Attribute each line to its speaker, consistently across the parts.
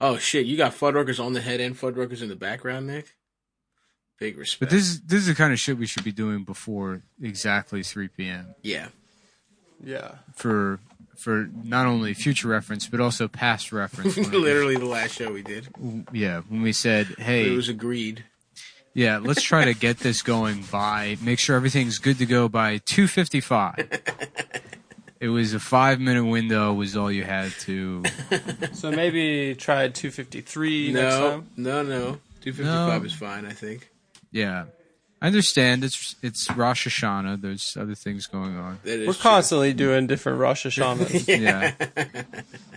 Speaker 1: Oh shit, you got Fuddruckers on the head and Fuddruckers in the background, Nick. Big
Speaker 2: But
Speaker 1: respect.
Speaker 2: this is this is the kind of shit we should be doing before exactly 3 p.m.
Speaker 1: yeah,
Speaker 3: Yeah.
Speaker 2: for for not only future reference but also past reference. when we-
Speaker 1: literally the last show we did.
Speaker 2: yeah, when we said,
Speaker 1: It
Speaker 2: "Hey,
Speaker 1: was agreed.
Speaker 2: yeah, let's try to get this going by make sure everything's good to go by 2:55." it was a 5-minute window was all you had to
Speaker 3: So maybe try 253 next
Speaker 1: No,
Speaker 3: time.
Speaker 1: no, no. Two fifty five
Speaker 2: No.
Speaker 1: is fine, I think.
Speaker 2: Yeah. I understand it's it's Rosh Hashanah. There's other things going on.
Speaker 1: That
Speaker 3: We're
Speaker 1: is true.
Speaker 3: constantly doing different Rosh Hashanahs.
Speaker 2: Yeah.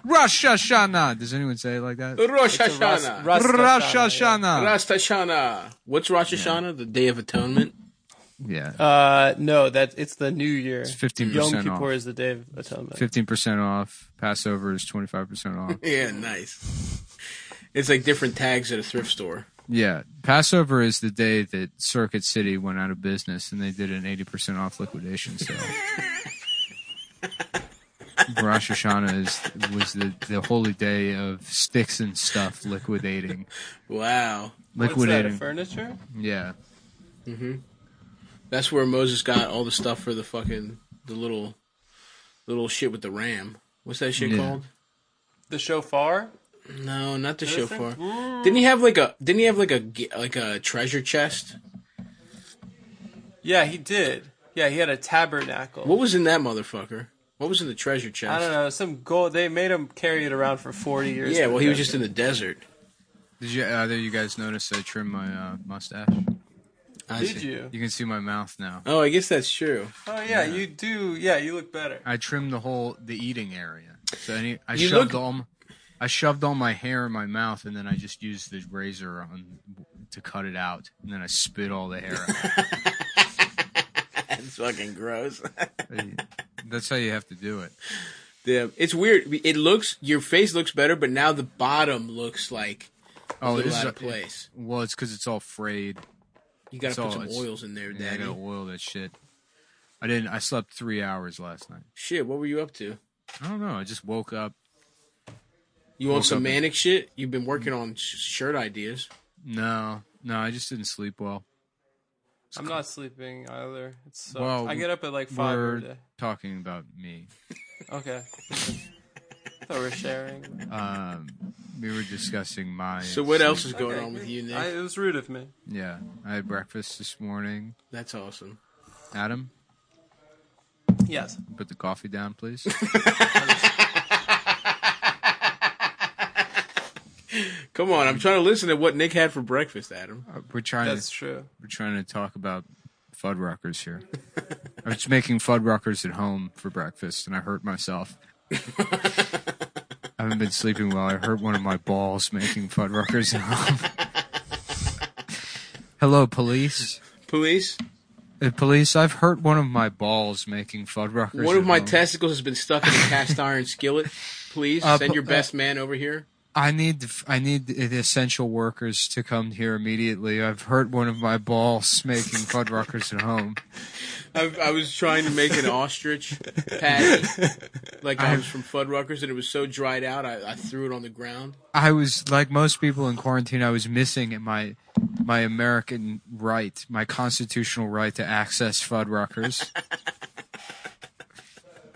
Speaker 2: Rosh Hashanah. Does anyone say it like that?
Speaker 1: Rosh
Speaker 3: It's a Ras-
Speaker 1: Hashanah.
Speaker 3: Ras-
Speaker 2: Rosh
Speaker 3: Hashanah,
Speaker 2: Hashanah.
Speaker 1: Rosh Hashanah. What's Rosh Hashanah? The Day of Atonement.
Speaker 2: Yeah.
Speaker 3: Uh, no, that it's the New Year.
Speaker 2: It's 15%
Speaker 3: Yom Kippur
Speaker 2: off.
Speaker 3: is the Day of Atonement.
Speaker 2: Fifteen percent off. Passover is twenty five percent off.
Speaker 1: Yeah, nice. It's like different tags at a thrift store.
Speaker 2: yeah. Passover is the day that Circuit City went out of business and they did an eighty percent off liquidation sale. Rosh Hashanah is was the, the holy day of sticks and stuff liquidating.
Speaker 1: Wow.
Speaker 3: What's that, a
Speaker 2: Liquidating.
Speaker 3: furniture?
Speaker 2: Yeah.
Speaker 1: That's where Moses got all the stuff for the fucking the little little shit with the ram. What's that shit
Speaker 2: Yeah.
Speaker 1: called?
Speaker 3: The shofar?
Speaker 1: No, not the
Speaker 3: Innocent?
Speaker 1: shofar.
Speaker 3: Mm.
Speaker 1: Didn't he have like a didn't he have like a ge- like a treasure chest?
Speaker 3: Yeah, he did. Yeah, he had a tabernacle.
Speaker 1: What was in that motherfucker? What was in the treasure chest?
Speaker 3: I don't know, some gold. They made him carry it around for 40 years.
Speaker 1: Yeah, well, he was just in the desert.
Speaker 2: Did you either you guys notice I trimmed my uh, mustache?
Speaker 1: I
Speaker 3: Did
Speaker 1: see.
Speaker 3: you?
Speaker 2: You can see my mouth now.
Speaker 1: Oh, I guess that's true.
Speaker 3: Oh, yeah, you do. Yeah, you look better.
Speaker 2: I trimmed the whole the eating area. So any, I
Speaker 1: You
Speaker 2: shoved
Speaker 1: look-
Speaker 2: all m- I shoved all my hair in my mouth, and then I just used the razor on to cut it out, and then I spit all the hair. out.
Speaker 1: That's fucking gross.
Speaker 2: That's how you have to do it.
Speaker 1: Damn, it's weird. It looks your face looks better, but now the bottom looks like a
Speaker 2: Oh,
Speaker 1: little
Speaker 2: this
Speaker 1: out
Speaker 2: is
Speaker 1: of place.
Speaker 2: well, it's because it's all frayed.
Speaker 1: You gotta
Speaker 2: it's
Speaker 1: put
Speaker 2: all-
Speaker 1: some
Speaker 2: it's-
Speaker 1: oils in there,
Speaker 2: and I
Speaker 1: Daddy.
Speaker 2: gotta oil that shit. I didn't. I slept three hours last night.
Speaker 1: Shit, what were you up to?
Speaker 2: I don't know. I just woke up.
Speaker 1: You on
Speaker 2: Woke
Speaker 1: some
Speaker 2: up-
Speaker 1: manic shit? You've been working on sh- shirt ideas.
Speaker 2: No, no, I just didn't sleep well.
Speaker 3: I'm not sleeping either. It sucks.
Speaker 2: Well,
Speaker 3: I get up at like 5
Speaker 2: We're
Speaker 3: every day.
Speaker 2: talking about me.
Speaker 3: Okay. I thought we were sharing.
Speaker 2: Um, we were discussing my.
Speaker 1: So what else is
Speaker 2: sleep.
Speaker 1: going
Speaker 3: Okay,
Speaker 1: on with
Speaker 3: good.
Speaker 1: you, Nick?
Speaker 3: I, it was rude of me.
Speaker 2: Yeah, I had breakfast this morning.
Speaker 1: That's awesome.
Speaker 2: Adam,
Speaker 3: Yes.
Speaker 2: put the coffee down, please. Uh,
Speaker 1: Come on, I'm trying to listen to what Nick had for breakfast, Adam.
Speaker 2: Uh, we're trying.
Speaker 3: That's
Speaker 2: to,
Speaker 3: true.
Speaker 2: we're trying to talk about Fuddruckers here. I was making Fuddruckers at home for breakfast, and I hurt myself. I haven't been sleeping well. I hurt one of my balls making Fuddruckers at home. Hello, police.
Speaker 1: Police,
Speaker 2: Uh, police, I've hurt one of my balls making Fuddruckers.
Speaker 1: one of
Speaker 2: at
Speaker 1: my
Speaker 2: home.
Speaker 1: testicles has been stuck in a cast iron skillet. Please
Speaker 2: Uh,
Speaker 1: send
Speaker 2: pu-
Speaker 1: your best man over here.
Speaker 2: I need I need the essential workers to come here immediately. I've hurt one of my balls making Fuddruckers at home.
Speaker 1: I, I was trying to make an ostrich patty, like I was from Fuddruckers, and it was so dried out, I, I threw it on the ground.
Speaker 2: I was like most people in quarantine. I was missing my my American right, my constitutional right to access Fuddruckers.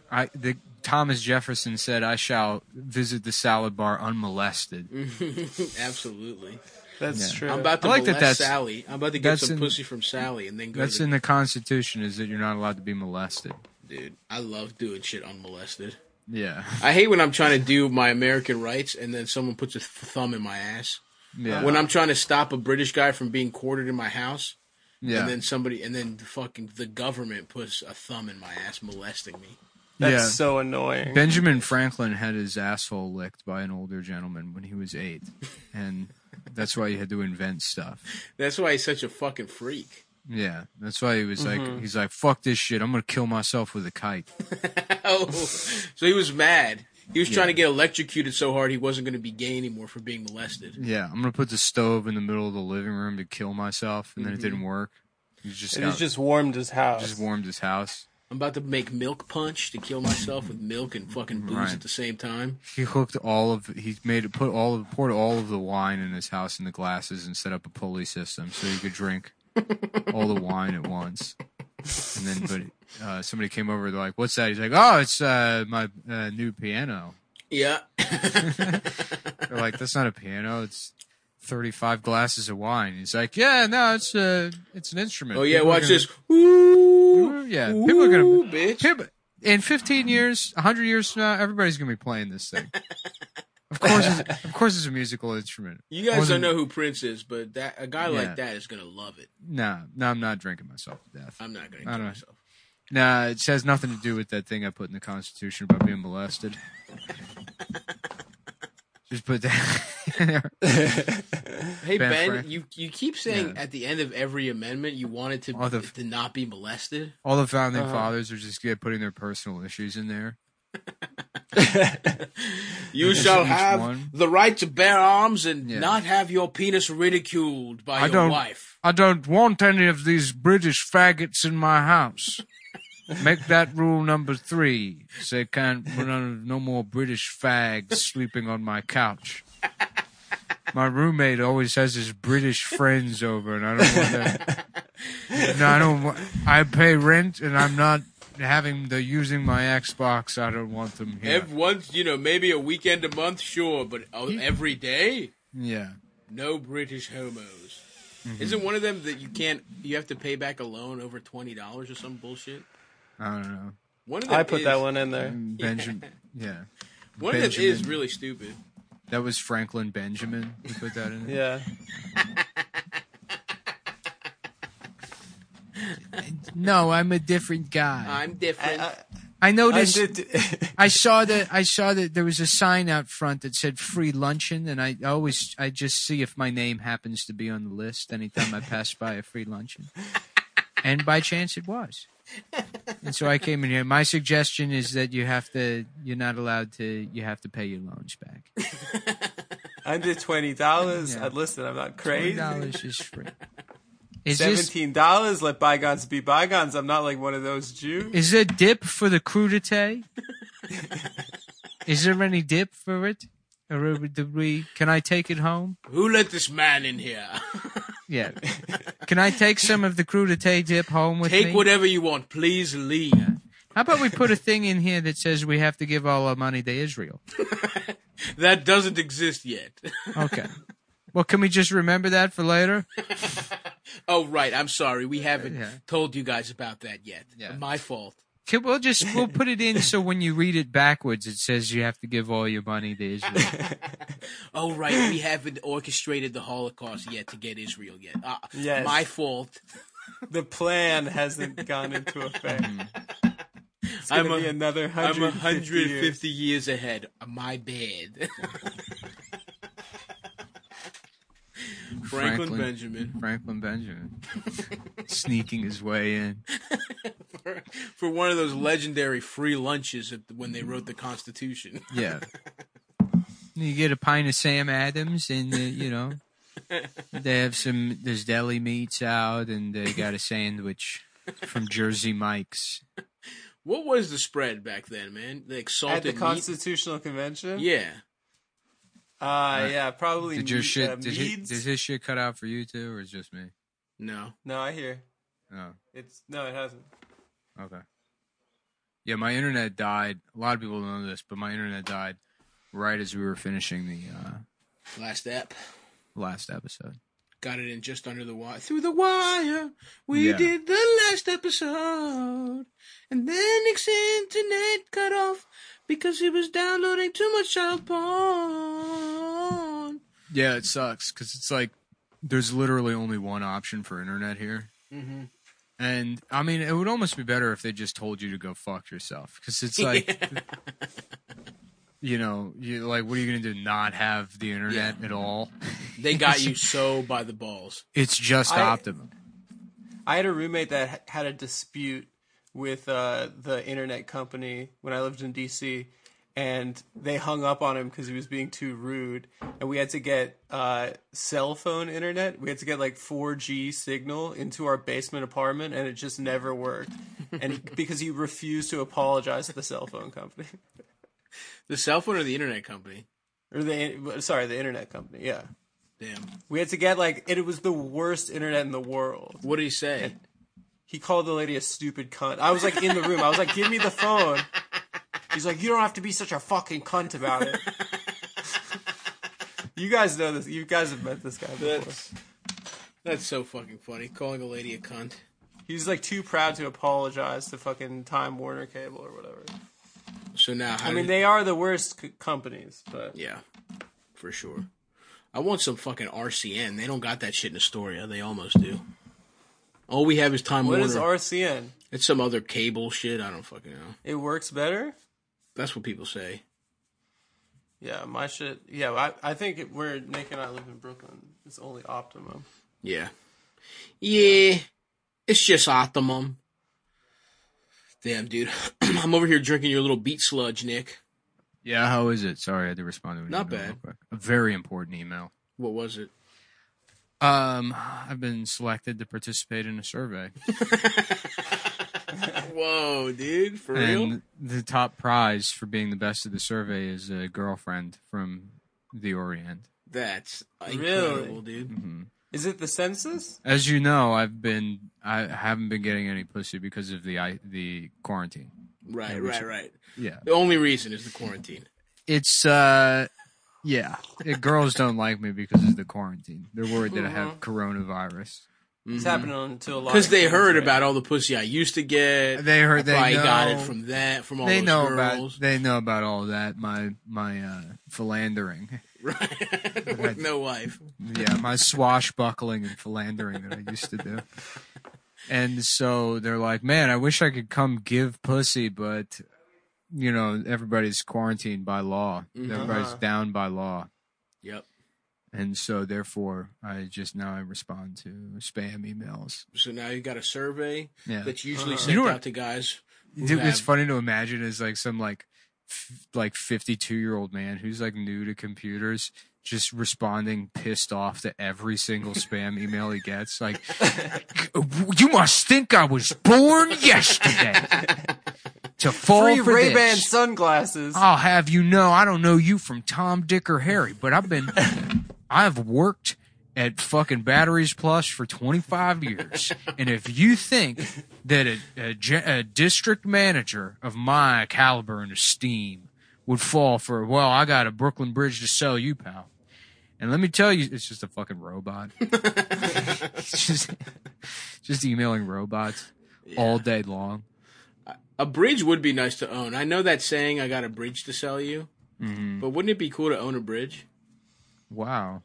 Speaker 2: I the Thomas Jefferson said, "I shall visit the salad bar unmolested."
Speaker 1: Mm-hmm. Absolutely.
Speaker 3: That's
Speaker 2: Yeah.
Speaker 3: true.
Speaker 1: I'm about to
Speaker 2: I like that
Speaker 1: molest
Speaker 2: that's-
Speaker 1: Sally. I'm about to get
Speaker 2: that's
Speaker 1: some
Speaker 2: in-
Speaker 1: pussy from Sally, and then go.
Speaker 2: That's
Speaker 1: to
Speaker 2: in the Constitution, is that you're not allowed to be molested.
Speaker 1: dude. I love doing shit unmolested.
Speaker 2: Yeah,
Speaker 1: I hate when I'm trying to do my American rights, and then someone puts a th- thumb in my ass.
Speaker 2: yeah,
Speaker 1: When I'm trying to stop a British guy from being quartered in my house,
Speaker 2: yeah.
Speaker 1: and then somebody, and then the fucking the government puts a thumb in my ass, molesting me.
Speaker 3: That's
Speaker 2: yeah.
Speaker 3: so annoying.
Speaker 2: Benjamin Franklin had his asshole licked by an older gentleman when he was eight, and that's why he had to invent stuff.
Speaker 1: That's why he's such a fucking freak.
Speaker 2: Yeah, that's why he was like, he's like, "Fuck this shit! I'm gonna kill myself with a kite."
Speaker 1: Oh, so he was mad. He was trying to get electrocuted so hard he wasn't going to be gay anymore for being molested.
Speaker 2: Yeah, I'm gonna put the stove in the middle of the living room to kill myself, Mm-hmm. and then it didn't work. He just
Speaker 3: it
Speaker 2: got,
Speaker 3: was
Speaker 2: just,
Speaker 3: just warmed his house.
Speaker 2: warmed his house.
Speaker 1: I'm about to make milk punch to kill myself with milk and fucking booze
Speaker 2: Right.
Speaker 1: at the same time.
Speaker 2: He hooked all of he made put all of poured all of the wine in his house in the glasses and set up a pulley system so you could drink all the wine at once. And then, but uh, somebody came over. They're like, "What's that?" He's like, "Oh, it's uh, my uh, new piano."
Speaker 1: Yeah.
Speaker 2: They're like, "That's not a piano. It's thirty-five glasses of wine." He's like, "Yeah, no, it's uh, it's an instrument."
Speaker 1: oh yeah,
Speaker 2: People are
Speaker 1: watch
Speaker 2: gonna-
Speaker 1: this. Ooh,
Speaker 2: Yeah,
Speaker 1: ooh,
Speaker 2: people are gonna.
Speaker 1: bitch.
Speaker 2: People- in fifteen years, hundred years from now, everybody's gonna be playing this thing. Of course, it's, of course, it's a musical instrument.
Speaker 1: You guys don't
Speaker 2: Wasn't-
Speaker 1: know who Prince is, but that a guy
Speaker 2: Yeah.
Speaker 1: like that is gonna love it.
Speaker 2: Nah, no, I'm not drinking myself to death.
Speaker 1: I'm not gonna
Speaker 2: I
Speaker 1: kill
Speaker 2: don't-
Speaker 1: myself.
Speaker 2: Nah, it has nothing to do with that thing I put in the Constitution about being molested. Just put that. in there.
Speaker 1: Hey
Speaker 2: Ben
Speaker 1: Ben,
Speaker 2: Frank-
Speaker 1: you you keep saying at the end of every amendment you want it to
Speaker 2: All the-
Speaker 1: to not be molested.
Speaker 2: All the founding
Speaker 3: Uh-huh.
Speaker 2: fathers are just good at putting their personal issues in there.
Speaker 1: You
Speaker 2: Just
Speaker 1: shall
Speaker 2: each
Speaker 1: have
Speaker 2: one.
Speaker 1: the right to bear arms and
Speaker 2: Yeah.
Speaker 1: not have your penis ridiculed by
Speaker 2: I
Speaker 1: your
Speaker 2: don't-
Speaker 1: wife.
Speaker 2: I don't want any of these British faggots in my house. Make that rule number three. Say, can't no, no more British fags sleeping on my couch. My roommate always has his British friends over, and I don't want to. No, I don't. wa- I pay rent, and I'm not having the using my Xbox. I don't want them here.
Speaker 1: Ev- once you know, maybe a weekend a month, sure, but uh, every day,
Speaker 2: yeah.
Speaker 1: no British homos.
Speaker 2: Mm-hmm.
Speaker 1: Isn't one of them that you can't? You have to pay back a loan over twenty dollars or some bullshit.
Speaker 2: I don't know.
Speaker 1: One of them
Speaker 3: I put
Speaker 1: is- Mm.
Speaker 3: that one in there.
Speaker 2: Benjamin. Yeah.
Speaker 1: One of them is
Speaker 2: Benjamin.
Speaker 1: really stupid.
Speaker 2: That was Franklin Benjamin. who put that in.
Speaker 3: Yeah.
Speaker 2: No, I'm a different guy.
Speaker 1: I'm
Speaker 3: I,
Speaker 1: different.
Speaker 3: I,
Speaker 2: I
Speaker 3: I
Speaker 2: noticed. I,
Speaker 3: did.
Speaker 2: saw that. I saw that there was a sign out front that said "free luncheon," and I always I just see if my name happens to be on the list anytime I pass by a free luncheon, and by chance it was. And so I came in here. My suggestion is that you have to. You're not allowed to. You have to pay your loans back.
Speaker 3: I did twenty dollars.
Speaker 2: Yeah.
Speaker 3: I Listen, I'm not
Speaker 2: Twenty
Speaker 3: crazy.
Speaker 2: dollars is free. Is this
Speaker 3: Seventeen dollars. Let bygones be bygones. I'm not like one of those Jews.
Speaker 2: is there dip for the crudité? is there any dip for it? Or do we? Can I take it home?
Speaker 1: Who let this man in here?
Speaker 2: Yeah. Can I take some of the crudité dip home with me?
Speaker 1: Take whatever you want. Please leave.
Speaker 2: How about we put a thing in here that says we have to give all our money to Israel?
Speaker 1: That doesn't exist yet.
Speaker 2: Okay. Well, can we just remember that for later?
Speaker 1: oh right, I'm sorry. We haven't
Speaker 2: Yeah.
Speaker 1: told you guys about that yet.
Speaker 2: Yeah.
Speaker 1: My fault.
Speaker 2: Can, we'll just we'll put it in so when you read it backwards, it says you have to give all your money to Israel.
Speaker 1: Oh right, we haven't orchestrated the Holocaust yet to get Israel yet. Uh,
Speaker 3: Yes.
Speaker 1: my fault.
Speaker 3: The plan hasn't gone into effect.
Speaker 1: Mm.
Speaker 3: It's
Speaker 1: I'm
Speaker 3: gonna
Speaker 1: a-
Speaker 3: be another
Speaker 1: I'm
Speaker 3: hundred. 150.
Speaker 1: 150 years ahead. Uh, My bad. Franklin,
Speaker 2: Franklin.
Speaker 1: Benjamin.
Speaker 2: Franklin Benjamin sneaking his way in.
Speaker 1: For one of those legendary free lunches at when they wrote the Constitution.
Speaker 2: Yeah. You get a pint of Sam Adams, and uh, you know they have some. There's deli meats out, and they got a sandwich from Jersey Mike's.
Speaker 1: What was the spread back then, man? Like
Speaker 3: At
Speaker 1: salted
Speaker 3: the
Speaker 1: meat?
Speaker 3: Constitutional Convention.
Speaker 1: Yeah.
Speaker 3: Uh, yeah, probably.
Speaker 2: Did your
Speaker 3: meat-
Speaker 2: shit?
Speaker 3: uh,
Speaker 2: did, he,
Speaker 3: meads?
Speaker 2: did his shit cut out for you too, or is it just me?
Speaker 1: No.
Speaker 3: No, I hear.
Speaker 2: Oh,
Speaker 3: It's no, it hasn't.
Speaker 2: okay. Yeah, my internet died. A lot of people don't know this, but my internet died right as we were finishing the uh,
Speaker 1: Last app.
Speaker 2: last episode.
Speaker 1: Got it in just under the wire. Through the wire, we
Speaker 2: Yeah.
Speaker 1: did the last episode. And then Nick's internet cut off because he was downloading too much child porn.
Speaker 2: Yeah, it sucks because it's like there's literally only one option for internet here. Mm-hmm. And I mean, it would almost be better if they just told you to go fuck yourself because it's like, you know, you like, what are you gonna do? Not have the internet at all?
Speaker 1: They got you so by the balls.
Speaker 2: It's just
Speaker 3: I-
Speaker 2: Optimum.
Speaker 3: I had a roommate that h- had a dispute with uh, the internet company when I lived in DC, and they hung up on him because he was being too rude. And we had to get uh, cell phone internet. We had to get like 4G signal into our basement apartment, and it just never worked. and because he refused to apologize to the cell phone company
Speaker 1: The cell phone or the internet company?
Speaker 3: or the sorry the internet company. Yeah,
Speaker 1: Damn.
Speaker 3: we had to get like it was the worst internet in the world.
Speaker 1: What did he say?
Speaker 3: He called the lady a stupid cunt. I was like in the room. I was like, give me the phone. He's like, you don't have to be such a fucking cunt about it. you guys know this. You guys have met this guy before.
Speaker 1: That's that's so fucking funny. Calling a lady a cunt.
Speaker 3: He was like too proud to apologize to fucking Time Warner Cable or whatever.
Speaker 1: So now, how
Speaker 3: I mean,
Speaker 1: did,
Speaker 3: they are the worst c- companies, but
Speaker 1: yeah, for sure. I want some fucking RCN. They don't got that shit in Astoria. They almost do. All we have is Time
Speaker 3: what
Speaker 1: Warner.
Speaker 3: is RCN?
Speaker 1: it's some other cable shit. I don't fucking know.
Speaker 3: It works better.
Speaker 1: That's what people say.
Speaker 3: Yeah, my shit. Yeah, I, I think it, where Nick and I live in Brooklyn, it's only Optimum.
Speaker 1: Yeah. Yeah. It's just optimum. Damn, dude. I'm over here drinking your little beet sludge, Nick.
Speaker 2: Yeah, how is it? Sorry, I had to respond to an
Speaker 1: Not
Speaker 2: email real
Speaker 1: bad.
Speaker 2: quick. A very important email.
Speaker 1: What was it?
Speaker 2: Um, I've been selected to participate in a survey,
Speaker 1: Whoa, dude. For real?
Speaker 2: and the top prize for being the best at the survey is a girlfriend from the Orient.
Speaker 1: That's
Speaker 3: Really?
Speaker 1: incredible, dude.
Speaker 3: Is it the census?
Speaker 2: As you know, I've been I haven't been getting any pussy because of the I, the quarantine.
Speaker 1: Right, right, right.
Speaker 2: Yeah,
Speaker 1: The only reason is the quarantine.
Speaker 2: it's uh, yeah. It, girls don't like me because of the quarantine. They're worried that I have
Speaker 1: Mm-hmm.
Speaker 2: coronavirus.
Speaker 3: It's happening to a lot
Speaker 1: Because Mm-hmm.
Speaker 3: of
Speaker 1: they
Speaker 3: kids,
Speaker 1: heard
Speaker 3: right?
Speaker 1: about all the pussy I used to get.
Speaker 2: They heard
Speaker 1: I
Speaker 2: they
Speaker 1: probably
Speaker 2: know,
Speaker 1: got it from that, from all
Speaker 2: they
Speaker 1: those
Speaker 2: know
Speaker 1: girls.
Speaker 2: about they know about all that. My my uh, philandering.
Speaker 1: Right. With no wife.
Speaker 2: yeah, my swashbuckling and philandering that I used to do. And so they're like, man, I wish I could come give pussy, but you know, everybody's quarantined by law. Everybody's
Speaker 3: Uh-huh.
Speaker 2: down by law.
Speaker 1: Yep.
Speaker 2: And so therefore I just now I respond to spam emails.
Speaker 1: So now you got a survey
Speaker 2: Yeah.
Speaker 1: that's usually
Speaker 3: Uh-huh.
Speaker 1: sent
Speaker 2: You know what-
Speaker 1: out to guys. who
Speaker 2: Dude, it's
Speaker 1: have-
Speaker 2: funny to imagine is like some like f- like 52 year old man who's like new to computers just responding pissed off to every single spam email he gets like you must think i was born yesterday to fall
Speaker 3: Free
Speaker 2: for
Speaker 3: Ray Ban
Speaker 2: this
Speaker 3: sunglasses.
Speaker 2: i'll have you know i don't know you from tom dick or harry but i've been i've worked at fucking batteries plus for 25 years and if you think that a, a, ge- a district manager of my caliber and esteem would fall for well i got a brooklyn bridge to sell you pal and let me tell you it's just a fucking robot It's just, just emailing robots all day long
Speaker 1: A bridge would be nice to own. I know that saying, I got a bridge to sell you.
Speaker 2: Mm-hmm.
Speaker 1: But wouldn't it be cool to own a bridge?
Speaker 2: wow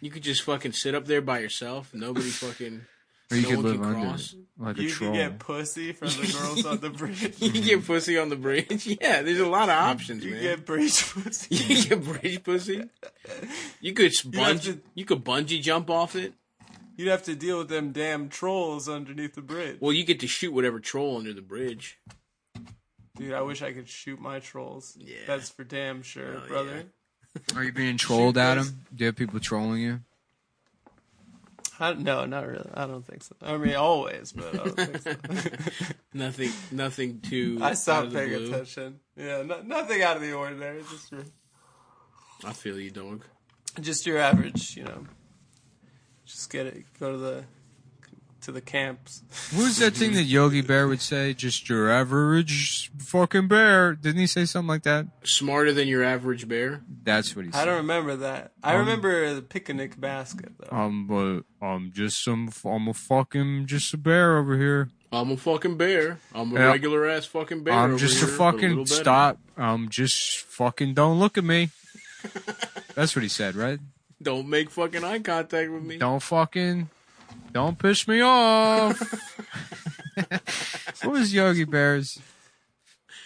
Speaker 1: You could just fucking sit up there by yourself. Nobody fucking.
Speaker 2: or you
Speaker 1: No
Speaker 2: could
Speaker 1: one can
Speaker 2: live under
Speaker 1: cross.
Speaker 2: it, like a
Speaker 3: you
Speaker 2: troll
Speaker 3: can get pussy from the girls on the bridge.
Speaker 1: You could get pussy on the bridge. Yeah, there's a lot of options,
Speaker 3: You
Speaker 1: man.
Speaker 3: get bridge pussy.
Speaker 1: you could get bridge pussy. You could sponge. You,
Speaker 3: to-
Speaker 1: could bungee jump off it.
Speaker 3: You'd have to deal with them damn trolls underneath the bridge.
Speaker 1: Well, you get to shoot whatever troll under the bridge.
Speaker 3: Dude, I wish I could shoot my trolls.
Speaker 1: Yeah.
Speaker 3: That's for damn sure,
Speaker 1: yeah.
Speaker 3: brother.
Speaker 2: Are you being trolled, Adam? Do you have people trolling you?
Speaker 3: I, no, not really. I don't think so. I mean, always, but I don't think so.
Speaker 1: Nothing. Nothing too.
Speaker 3: I
Speaker 1: out of
Speaker 3: stopped
Speaker 1: the
Speaker 3: paying
Speaker 1: blue.
Speaker 3: attention. Yeah, no, nothing out of the ordinary. Just your,
Speaker 1: I feel you, dog.
Speaker 3: just your average, you know. Just get it. Go to the to the camps.
Speaker 2: What was that thing that Yogi Bear would say? Just your average fucking bear. Didn't he say something like that?
Speaker 1: Smarter than your average bear.
Speaker 2: That's what he
Speaker 3: I
Speaker 2: said.
Speaker 3: don't remember that.
Speaker 2: Um,
Speaker 3: I remember the picnic basket though.
Speaker 2: I'm, uh, I'm just some. I'm a fucking just a bear over here.
Speaker 1: I'm a fucking bear. I'm a
Speaker 2: Yeah.
Speaker 1: regular ass fucking bear.
Speaker 2: I'm
Speaker 1: over
Speaker 2: just
Speaker 1: here,
Speaker 2: a
Speaker 1: but little
Speaker 2: fucking
Speaker 1: better.
Speaker 2: stop. I'm just fucking. Don't look at me. That's what he said, right?
Speaker 1: Don't make fucking eye contact with me.
Speaker 2: Don't fucking. Don't piss me off. what was Yogi Bear's?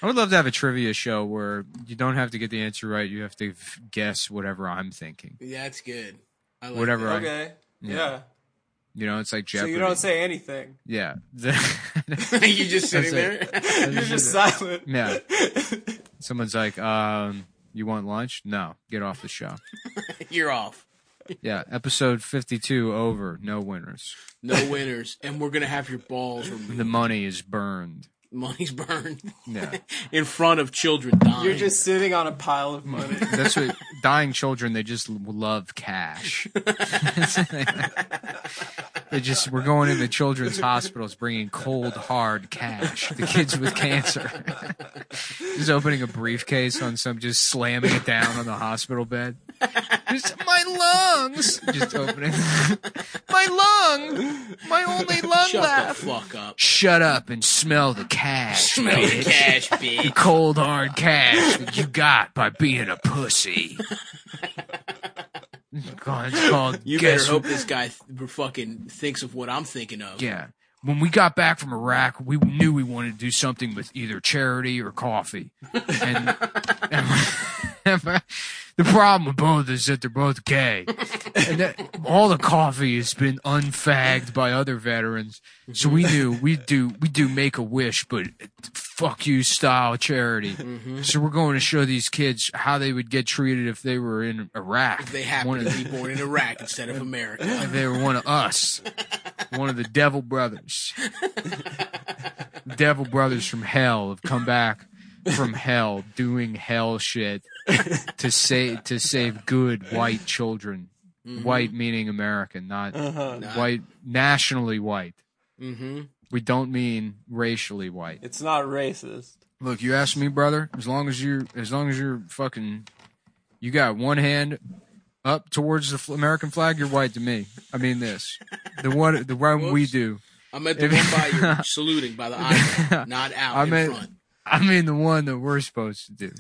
Speaker 2: I would love to have a trivia show where you don't have to get the answer right. You have to f- guess whatever I'm thinking.
Speaker 1: Yeah, that's good. I like
Speaker 2: Whatever.
Speaker 1: that.
Speaker 2: I-
Speaker 3: Okay. Yeah.
Speaker 2: You know, it's like
Speaker 3: So
Speaker 2: Jeopardy.
Speaker 3: you don't say anything.
Speaker 2: yeah.
Speaker 1: You're just sitting
Speaker 2: That's
Speaker 1: there.
Speaker 3: You're just silent.
Speaker 2: yeah. Someone's like, um, "You want lunch? No, get off the show."
Speaker 1: You're off.
Speaker 2: Yeah, episode 52 over. No winners.
Speaker 1: No winners, and we're gonna have your balls removed.
Speaker 2: The money is burned.
Speaker 1: Money's burned
Speaker 2: Yeah.
Speaker 1: in front of children dying.
Speaker 3: You're just sitting on a pile of money.
Speaker 2: That's what dying children, they just love cash. they just, we're going into children's hospitals bringing cold, hard cash. The kids with cancer. just opening a briefcase on some, just slamming it down on the hospital bed. Just, my lungs! Just opening. my lung! My only lung
Speaker 1: shut the
Speaker 2: left!
Speaker 1: fuck up.
Speaker 2: Shut up and smell the cash.
Speaker 1: Smell the
Speaker 2: bitch
Speaker 1: cash, bitch.
Speaker 2: cold hard cash that you got by being a pussy. God, it's called
Speaker 1: You
Speaker 2: guess
Speaker 1: better hope this guy th- fucking thinks of what I'm thinking of.
Speaker 2: Yeah. When we got back from Iraq, we knew we wanted to do something with either charity or coffee. And, the problem with both is that they're both gay. And that all the coffee has been unfagged by other veterans. So we knew we do we do make a wish, but fuck you style charity.
Speaker 1: Mm-hmm.
Speaker 2: So we're going to show these kids how they would get treated if they were in Iraq.
Speaker 1: They happen
Speaker 2: One of
Speaker 1: to be born in Iraq instead of America.
Speaker 2: if they were one of us, one of the devil brothers. devil brothers from hell have come back from hell doing hell shit to save to save good white children. White meaning American, not white nationally white.
Speaker 1: Mm-hmm.
Speaker 2: We don't mean racially white.
Speaker 3: It's not racist.
Speaker 2: Look, you ask me, brother. As long as you're, as long as you're fucking, you got one hand up towards the fl- American flag, you're white to me. I mean this, the one, the one we
Speaker 1: Whoops.
Speaker 2: do.
Speaker 1: I'm at the one by you, saluting by the eye, not out
Speaker 2: I
Speaker 1: in
Speaker 2: meant-
Speaker 1: front.
Speaker 2: I mean the one that we're supposed to do.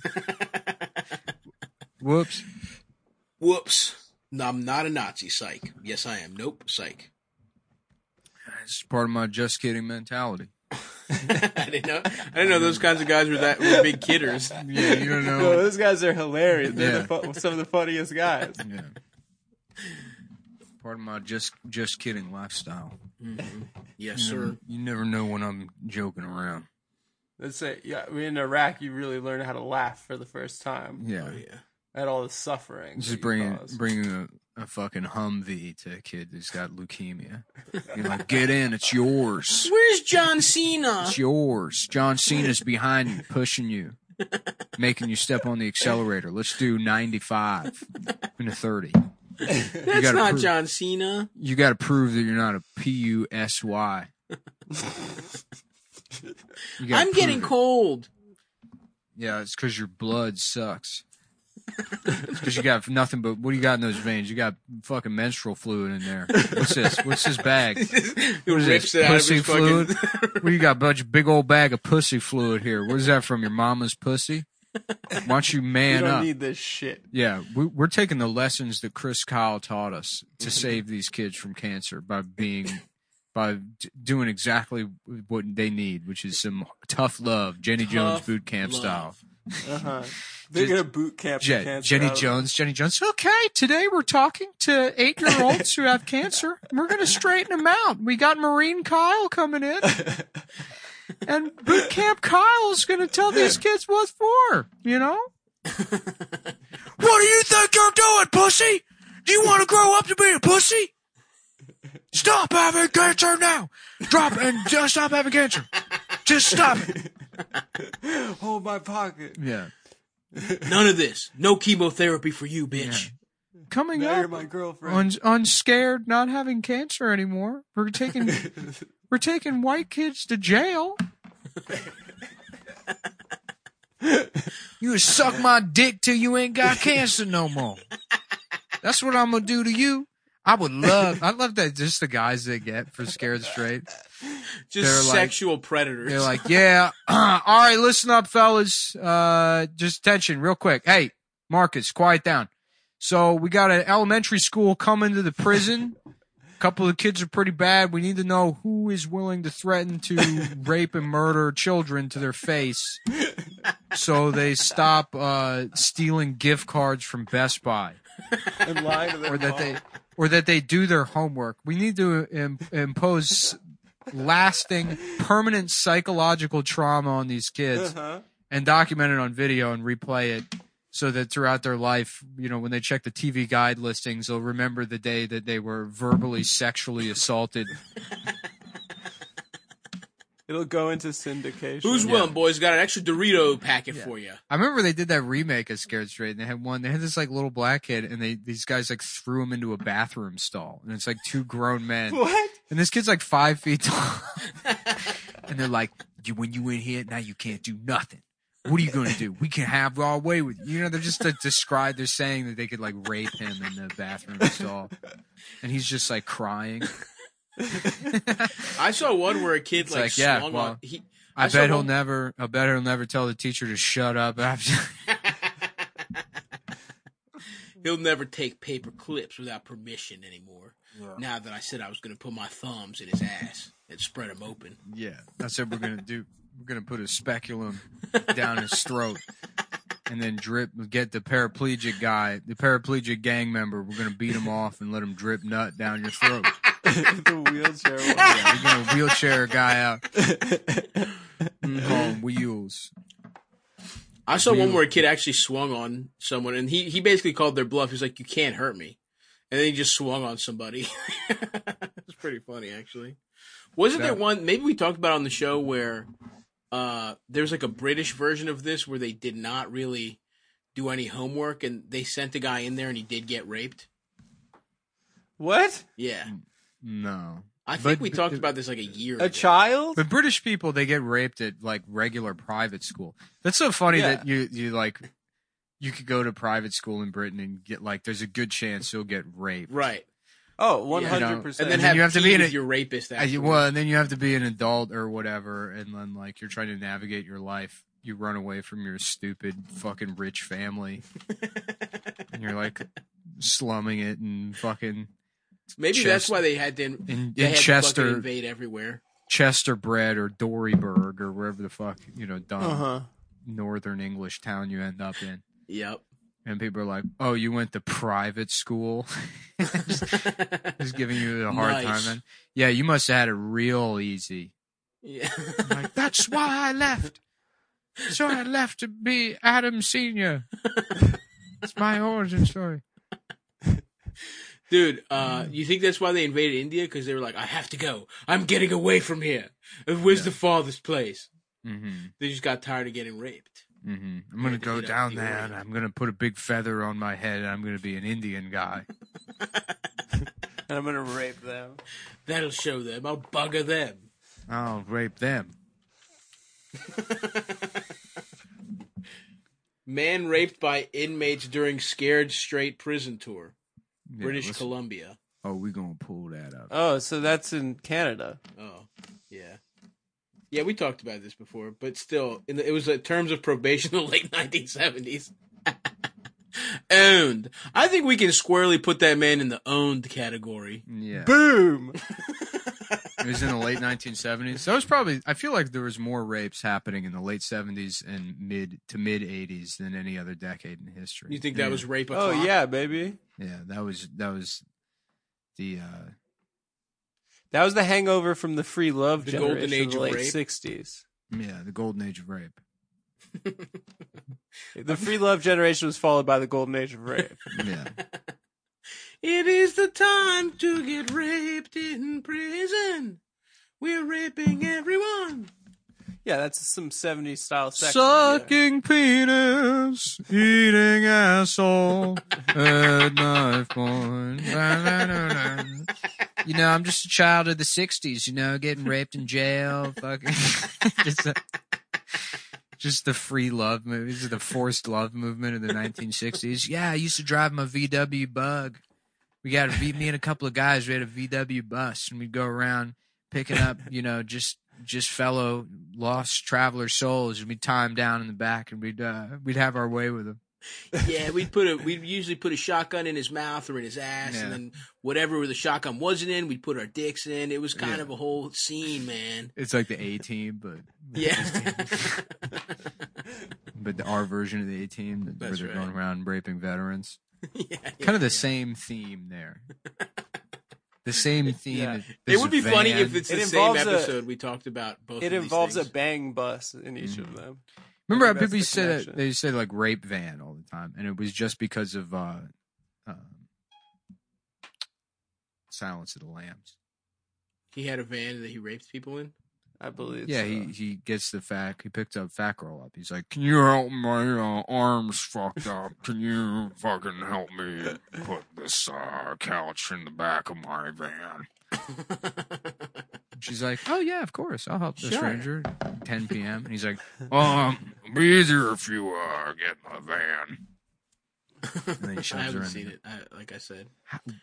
Speaker 2: Whoops.
Speaker 1: Whoops. No, I'm not a Nazi, psych. Yes, I am. Nope, psych.
Speaker 2: It's part of my just kidding mentality.
Speaker 1: I didn't know. I didn't know those kinds of guys were that were big kidders.
Speaker 2: Yeah, you don't
Speaker 3: No,
Speaker 2: know.
Speaker 3: those guys are hilarious. They're
Speaker 2: Yeah.
Speaker 3: the fu- some of the funniest guys.
Speaker 2: yeah. Part of my just just kidding lifestyle. Mm-hmm.
Speaker 1: Yes, sir.
Speaker 2: You never know when I'm joking around.
Speaker 3: Let's say, yeah, I mean, in Iraq, you really learn how to laugh for the first time
Speaker 2: Oh, Yeah.
Speaker 1: Yeah.
Speaker 3: at all the suffering. that
Speaker 2: Just
Speaker 3: you
Speaker 2: bringing
Speaker 3: cause.
Speaker 2: bringing a, a fucking Humvee to a kid who's got leukemia. You're like, get in, it's yours,
Speaker 1: Where's John Cena?
Speaker 2: it's yours. John Cena's behind you, pushing you, making you step on the accelerator. Let's do 95 and a 30.
Speaker 1: That's
Speaker 2: gotta
Speaker 1: not
Speaker 2: prove-
Speaker 1: John Cena.
Speaker 2: You got to prove that you're not a P U S Y. You gotta
Speaker 1: I'm getting
Speaker 2: prove it.
Speaker 1: cold.
Speaker 2: Yeah, it's because your blood sucks. Because you got nothing but what do you got in those veins? You got fucking menstrual fluid in there. What's this? What's this bag?
Speaker 1: He
Speaker 2: What is
Speaker 1: rips
Speaker 2: this,
Speaker 1: it out of
Speaker 2: pussy
Speaker 1: his fucking.
Speaker 2: fluid? what you got, bunch big old bag of pussy fluid here? What is that from your mama's pussy? Why don't you
Speaker 3: You
Speaker 2: man
Speaker 3: don't
Speaker 2: up?
Speaker 3: need this shit.
Speaker 2: yeah, we, we're taking the lessons that Chris Kyle taught us to save these kids from cancer by being by d- doing exactly what they need, which is some tough love, Jenny Jones
Speaker 1: Tough
Speaker 2: boot camp
Speaker 1: love.
Speaker 2: style.
Speaker 3: Uh-huh. They're
Speaker 2: Just-
Speaker 3: gonna boot camp the
Speaker 2: Je-
Speaker 3: cancer
Speaker 2: Jenny
Speaker 3: out of-
Speaker 2: Jones. Jenny Jones. Okay, today we're talking to eight year olds who have cancer. We're going to straighten them out. We got Marine Kyle coming in. And boot camp Kyle is going to tell these kids what's for, you know? what do you think you're doing, pussy? Do you want to grow up to be a pussy? Stop having cancer now. Drop and just stop having cancer. Just stop it.
Speaker 3: Hold my pocket.
Speaker 2: Yeah.
Speaker 1: None of this. No chemotherapy for you, bitch.
Speaker 2: Coming
Speaker 3: Marry
Speaker 2: up
Speaker 3: my girlfriend.
Speaker 2: un- unscared, not having cancer anymore. We're taking we're taking white kids to jail. you suck my dick till you ain't got cancer no more. That's what I'm gonna do to you. I would love, I love that just the guys they get for scared straight. They're
Speaker 1: Just
Speaker 2: like-
Speaker 1: sexual predators.
Speaker 2: They're like, yeah, all right, listen up, fellas. Uh, just attention real quick. Hey, Marcus, quiet down. So we got an elementary school coming to the prison. A couple of kids are pretty bad. We need to know who is willing to threaten to rape and murder children to their face, so they stop uh, stealing gift cards from Best Buy
Speaker 3: and lie to their
Speaker 2: or that
Speaker 3: mom.
Speaker 2: they or that they do their homework. We need to Im- impose lasting, permanent psychological trauma on these kids
Speaker 3: Uh-huh.
Speaker 2: and document it on video and replay it so that throughout their life, you know, when they check the TV guide listings, they'll remember the day that they were verbally sexually assaulted.
Speaker 3: It'll go into syndication.
Speaker 1: Who's won, boys? Got an extra Dorito packet for you.
Speaker 2: I remember they did that remake of Scared Straight, and they had one. They had this like little black kid, and they these guys like threw him into a bathroom stall, and it's like two grown men.
Speaker 3: What?
Speaker 2: And this kid's like five feet tall. and they're like, you, when you in here, now you can't do nothing. What are you going to do? We can have our way with you. You know, they're just like, described, they're saying that they could like rape him in the bathroom stall. And he's just like crying.
Speaker 1: I saw one where a kid like,
Speaker 2: like, yeah,
Speaker 1: swung
Speaker 2: well,
Speaker 1: on. He,
Speaker 2: I,
Speaker 1: saw
Speaker 2: bet he'll
Speaker 1: one-
Speaker 2: never, I bet he'll never tell the teacher to shut up after.
Speaker 1: He'll never take paper clips without permission anymore. Now that I said I was going to put my thumbs in his ass and spread them open.
Speaker 2: yeah. I said, we're going to do, we're going to put a speculum down his throat. And then drip, get the paraplegic guy, the paraplegic gang member. We're gonna beat him off and let him drip nut down your throat.
Speaker 3: the wheelchair one.
Speaker 2: We're gonna wheelchair a guy out. Call him wheels.
Speaker 1: I saw one where a kid actually swung on someone, and he he basically called their bluff. He's like, "You can't hurt me," and then he just swung on somebody. it's pretty funny, actually. Wasn't there
Speaker 2: That-
Speaker 1: one? Maybe we talked about it on the show where uh, there was like a British version of this where they did not really do any homework, and they sent the guy in there, and he did get raped.
Speaker 3: What?
Speaker 1: Yeah,
Speaker 2: No.
Speaker 1: I think
Speaker 2: Mm. But-
Speaker 1: we talked about this like a year.
Speaker 3: A
Speaker 1: ago.
Speaker 3: child?
Speaker 2: But British people, they get raped at like regular private school. That's so funny
Speaker 3: Yeah.
Speaker 2: that you, you like, you could go to private school in Britain and get like, there's a good chance you'll get raped.
Speaker 1: right?
Speaker 3: Oh,
Speaker 1: Yeah.
Speaker 3: 100%.
Speaker 1: And then
Speaker 2: And
Speaker 1: have
Speaker 2: you have to
Speaker 1: tea
Speaker 2: be in
Speaker 1: with
Speaker 2: a-
Speaker 1: your rapist.
Speaker 2: Uh, you-
Speaker 1: afterwards.
Speaker 2: well, and then you have to be an adult or whatever, and then like you're trying to navigate your life. You run away from your stupid fucking rich family, and you're like slumming it and fucking
Speaker 1: maybe that's
Speaker 2: Chest-
Speaker 1: why they had to in,
Speaker 2: in,
Speaker 1: they
Speaker 2: in
Speaker 1: had to fucking
Speaker 2: Chester,
Speaker 1: invade everywhere.
Speaker 2: Chester bread or Doryburg or wherever the fuck you know dumb
Speaker 3: uh
Speaker 1: Uh-huh.
Speaker 3: huh.
Speaker 2: northern English town you end up in.
Speaker 1: Yep.
Speaker 2: And people are like, "Oh, you went to private school." Just giving you a hard
Speaker 1: Nice.
Speaker 2: time. Then. Yeah, you must have had it real easy.
Speaker 1: Yeah.
Speaker 2: I'm like that's why I left. So I left to be Adam Senior. It's my origin story.
Speaker 1: Dude, uh, you think that's why they invaded India? Because they were like, I have to go. I'm getting away from here. And Where's the farthest place?
Speaker 2: Mm-hmm.
Speaker 1: They just got tired of getting raped.
Speaker 2: Mm-hmm. I'm gonna
Speaker 1: had to
Speaker 2: go
Speaker 1: eat up
Speaker 2: down
Speaker 1: the
Speaker 2: there and
Speaker 1: origin.
Speaker 2: I'm gonna put a big feather on my head and I'm gonna be an Indian guy.
Speaker 3: And I'm going to rape them.
Speaker 1: That'll show them. I'll bugger them.
Speaker 2: I'll rape them.
Speaker 1: Man raped by inmates during Scared Straight prison tour,
Speaker 2: Yeah,
Speaker 1: British
Speaker 2: let's-
Speaker 1: Columbia.
Speaker 2: Oh, we gonna pull that up.
Speaker 3: Oh, so that's in Canada.
Speaker 1: Oh, yeah. Yeah, we talked about this before, but still, in the, it was uh terms of probation in the late 1970s. owned. I think we can squarely put that man in the owned category.
Speaker 2: Yeah,
Speaker 3: Boom!
Speaker 2: it was in the late 1970s. That was probably. I feel like there was more rapes happening in the late 70s and mid to mid 80s than any other decade in history.
Speaker 1: You think that
Speaker 2: Yeah.
Speaker 1: was rape?
Speaker 3: Oh,
Speaker 1: o'clock?
Speaker 3: yeah, baby.
Speaker 2: Yeah, that was that was the uh
Speaker 3: That was the hangover from the free love
Speaker 1: The golden
Speaker 3: generation of
Speaker 1: age
Speaker 3: the
Speaker 1: of
Speaker 3: late
Speaker 1: rape.
Speaker 3: 60s.
Speaker 2: yeah the golden age of rape.
Speaker 3: The free love generation was followed by the golden age of rape.
Speaker 2: Yeah,
Speaker 1: It is the time to get raped in prison. We're raping everyone.
Speaker 3: yeah, that's some 70s style sex.
Speaker 2: sucking penis, eating asshole at knife point. You know, I'm just a child of the '60s. You know, getting raped in jail, fucking just. the- just the free love movement, This is the forced love movement of the 1960s. Yeah, I used to drive my VW bug. We got a V. Me and a couple of guys. We had a VW bus, and we'd go around picking up, you know, just just fellow lost traveler souls, and we'd tie them down in the back, and we'd uh, we'd have our way with them.
Speaker 1: Yeah, we'd put a we'd usually put a shotgun in his mouth or in his ass,
Speaker 2: Yeah.
Speaker 1: and then whatever the shotgun wasn't in, we'd put our dicks in. It was kind of a whole scene, man.
Speaker 2: It's like the A team, but
Speaker 1: Yeah.
Speaker 2: but the, our version of the A team, where
Speaker 1: That's
Speaker 2: they're
Speaker 1: right.
Speaker 2: going around raping veterans.
Speaker 1: yeah,
Speaker 2: kind of the same theme there. The same theme.
Speaker 3: Yeah.
Speaker 2: as-
Speaker 1: It
Speaker 2: as
Speaker 1: would be funny
Speaker 2: van.
Speaker 1: if it's
Speaker 3: It
Speaker 1: the same
Speaker 3: involves a-
Speaker 1: episode we talked about both.
Speaker 3: It
Speaker 1: of these
Speaker 3: involves a
Speaker 1: things. Mm.
Speaker 3: bang bus in each of them.
Speaker 2: Remember,
Speaker 3: I
Speaker 2: how
Speaker 3: think
Speaker 2: people used
Speaker 3: that's the
Speaker 2: to say that
Speaker 3: connection.
Speaker 2: they used to say like rape van all the time, and it was just because of uh, um Silence of the Lambs.
Speaker 1: He had a van that he raped people in.
Speaker 3: I believe.
Speaker 2: yeah,
Speaker 3: so.
Speaker 2: he, he gets the fact he picked up fat girl up. He's like, "Can you help my uh, arms fucked up? Can you fucking help me put this uh, couch in the back of my van?" She's like, "Oh yeah, of course, I'll help the
Speaker 1: Sure.
Speaker 2: stranger." 10 p.m. and he's like, "Um, it'll be easier if you uh get in the van." then he shoves
Speaker 1: I
Speaker 2: her
Speaker 1: haven't
Speaker 2: in
Speaker 1: seen
Speaker 2: the-
Speaker 1: it. I, like I said,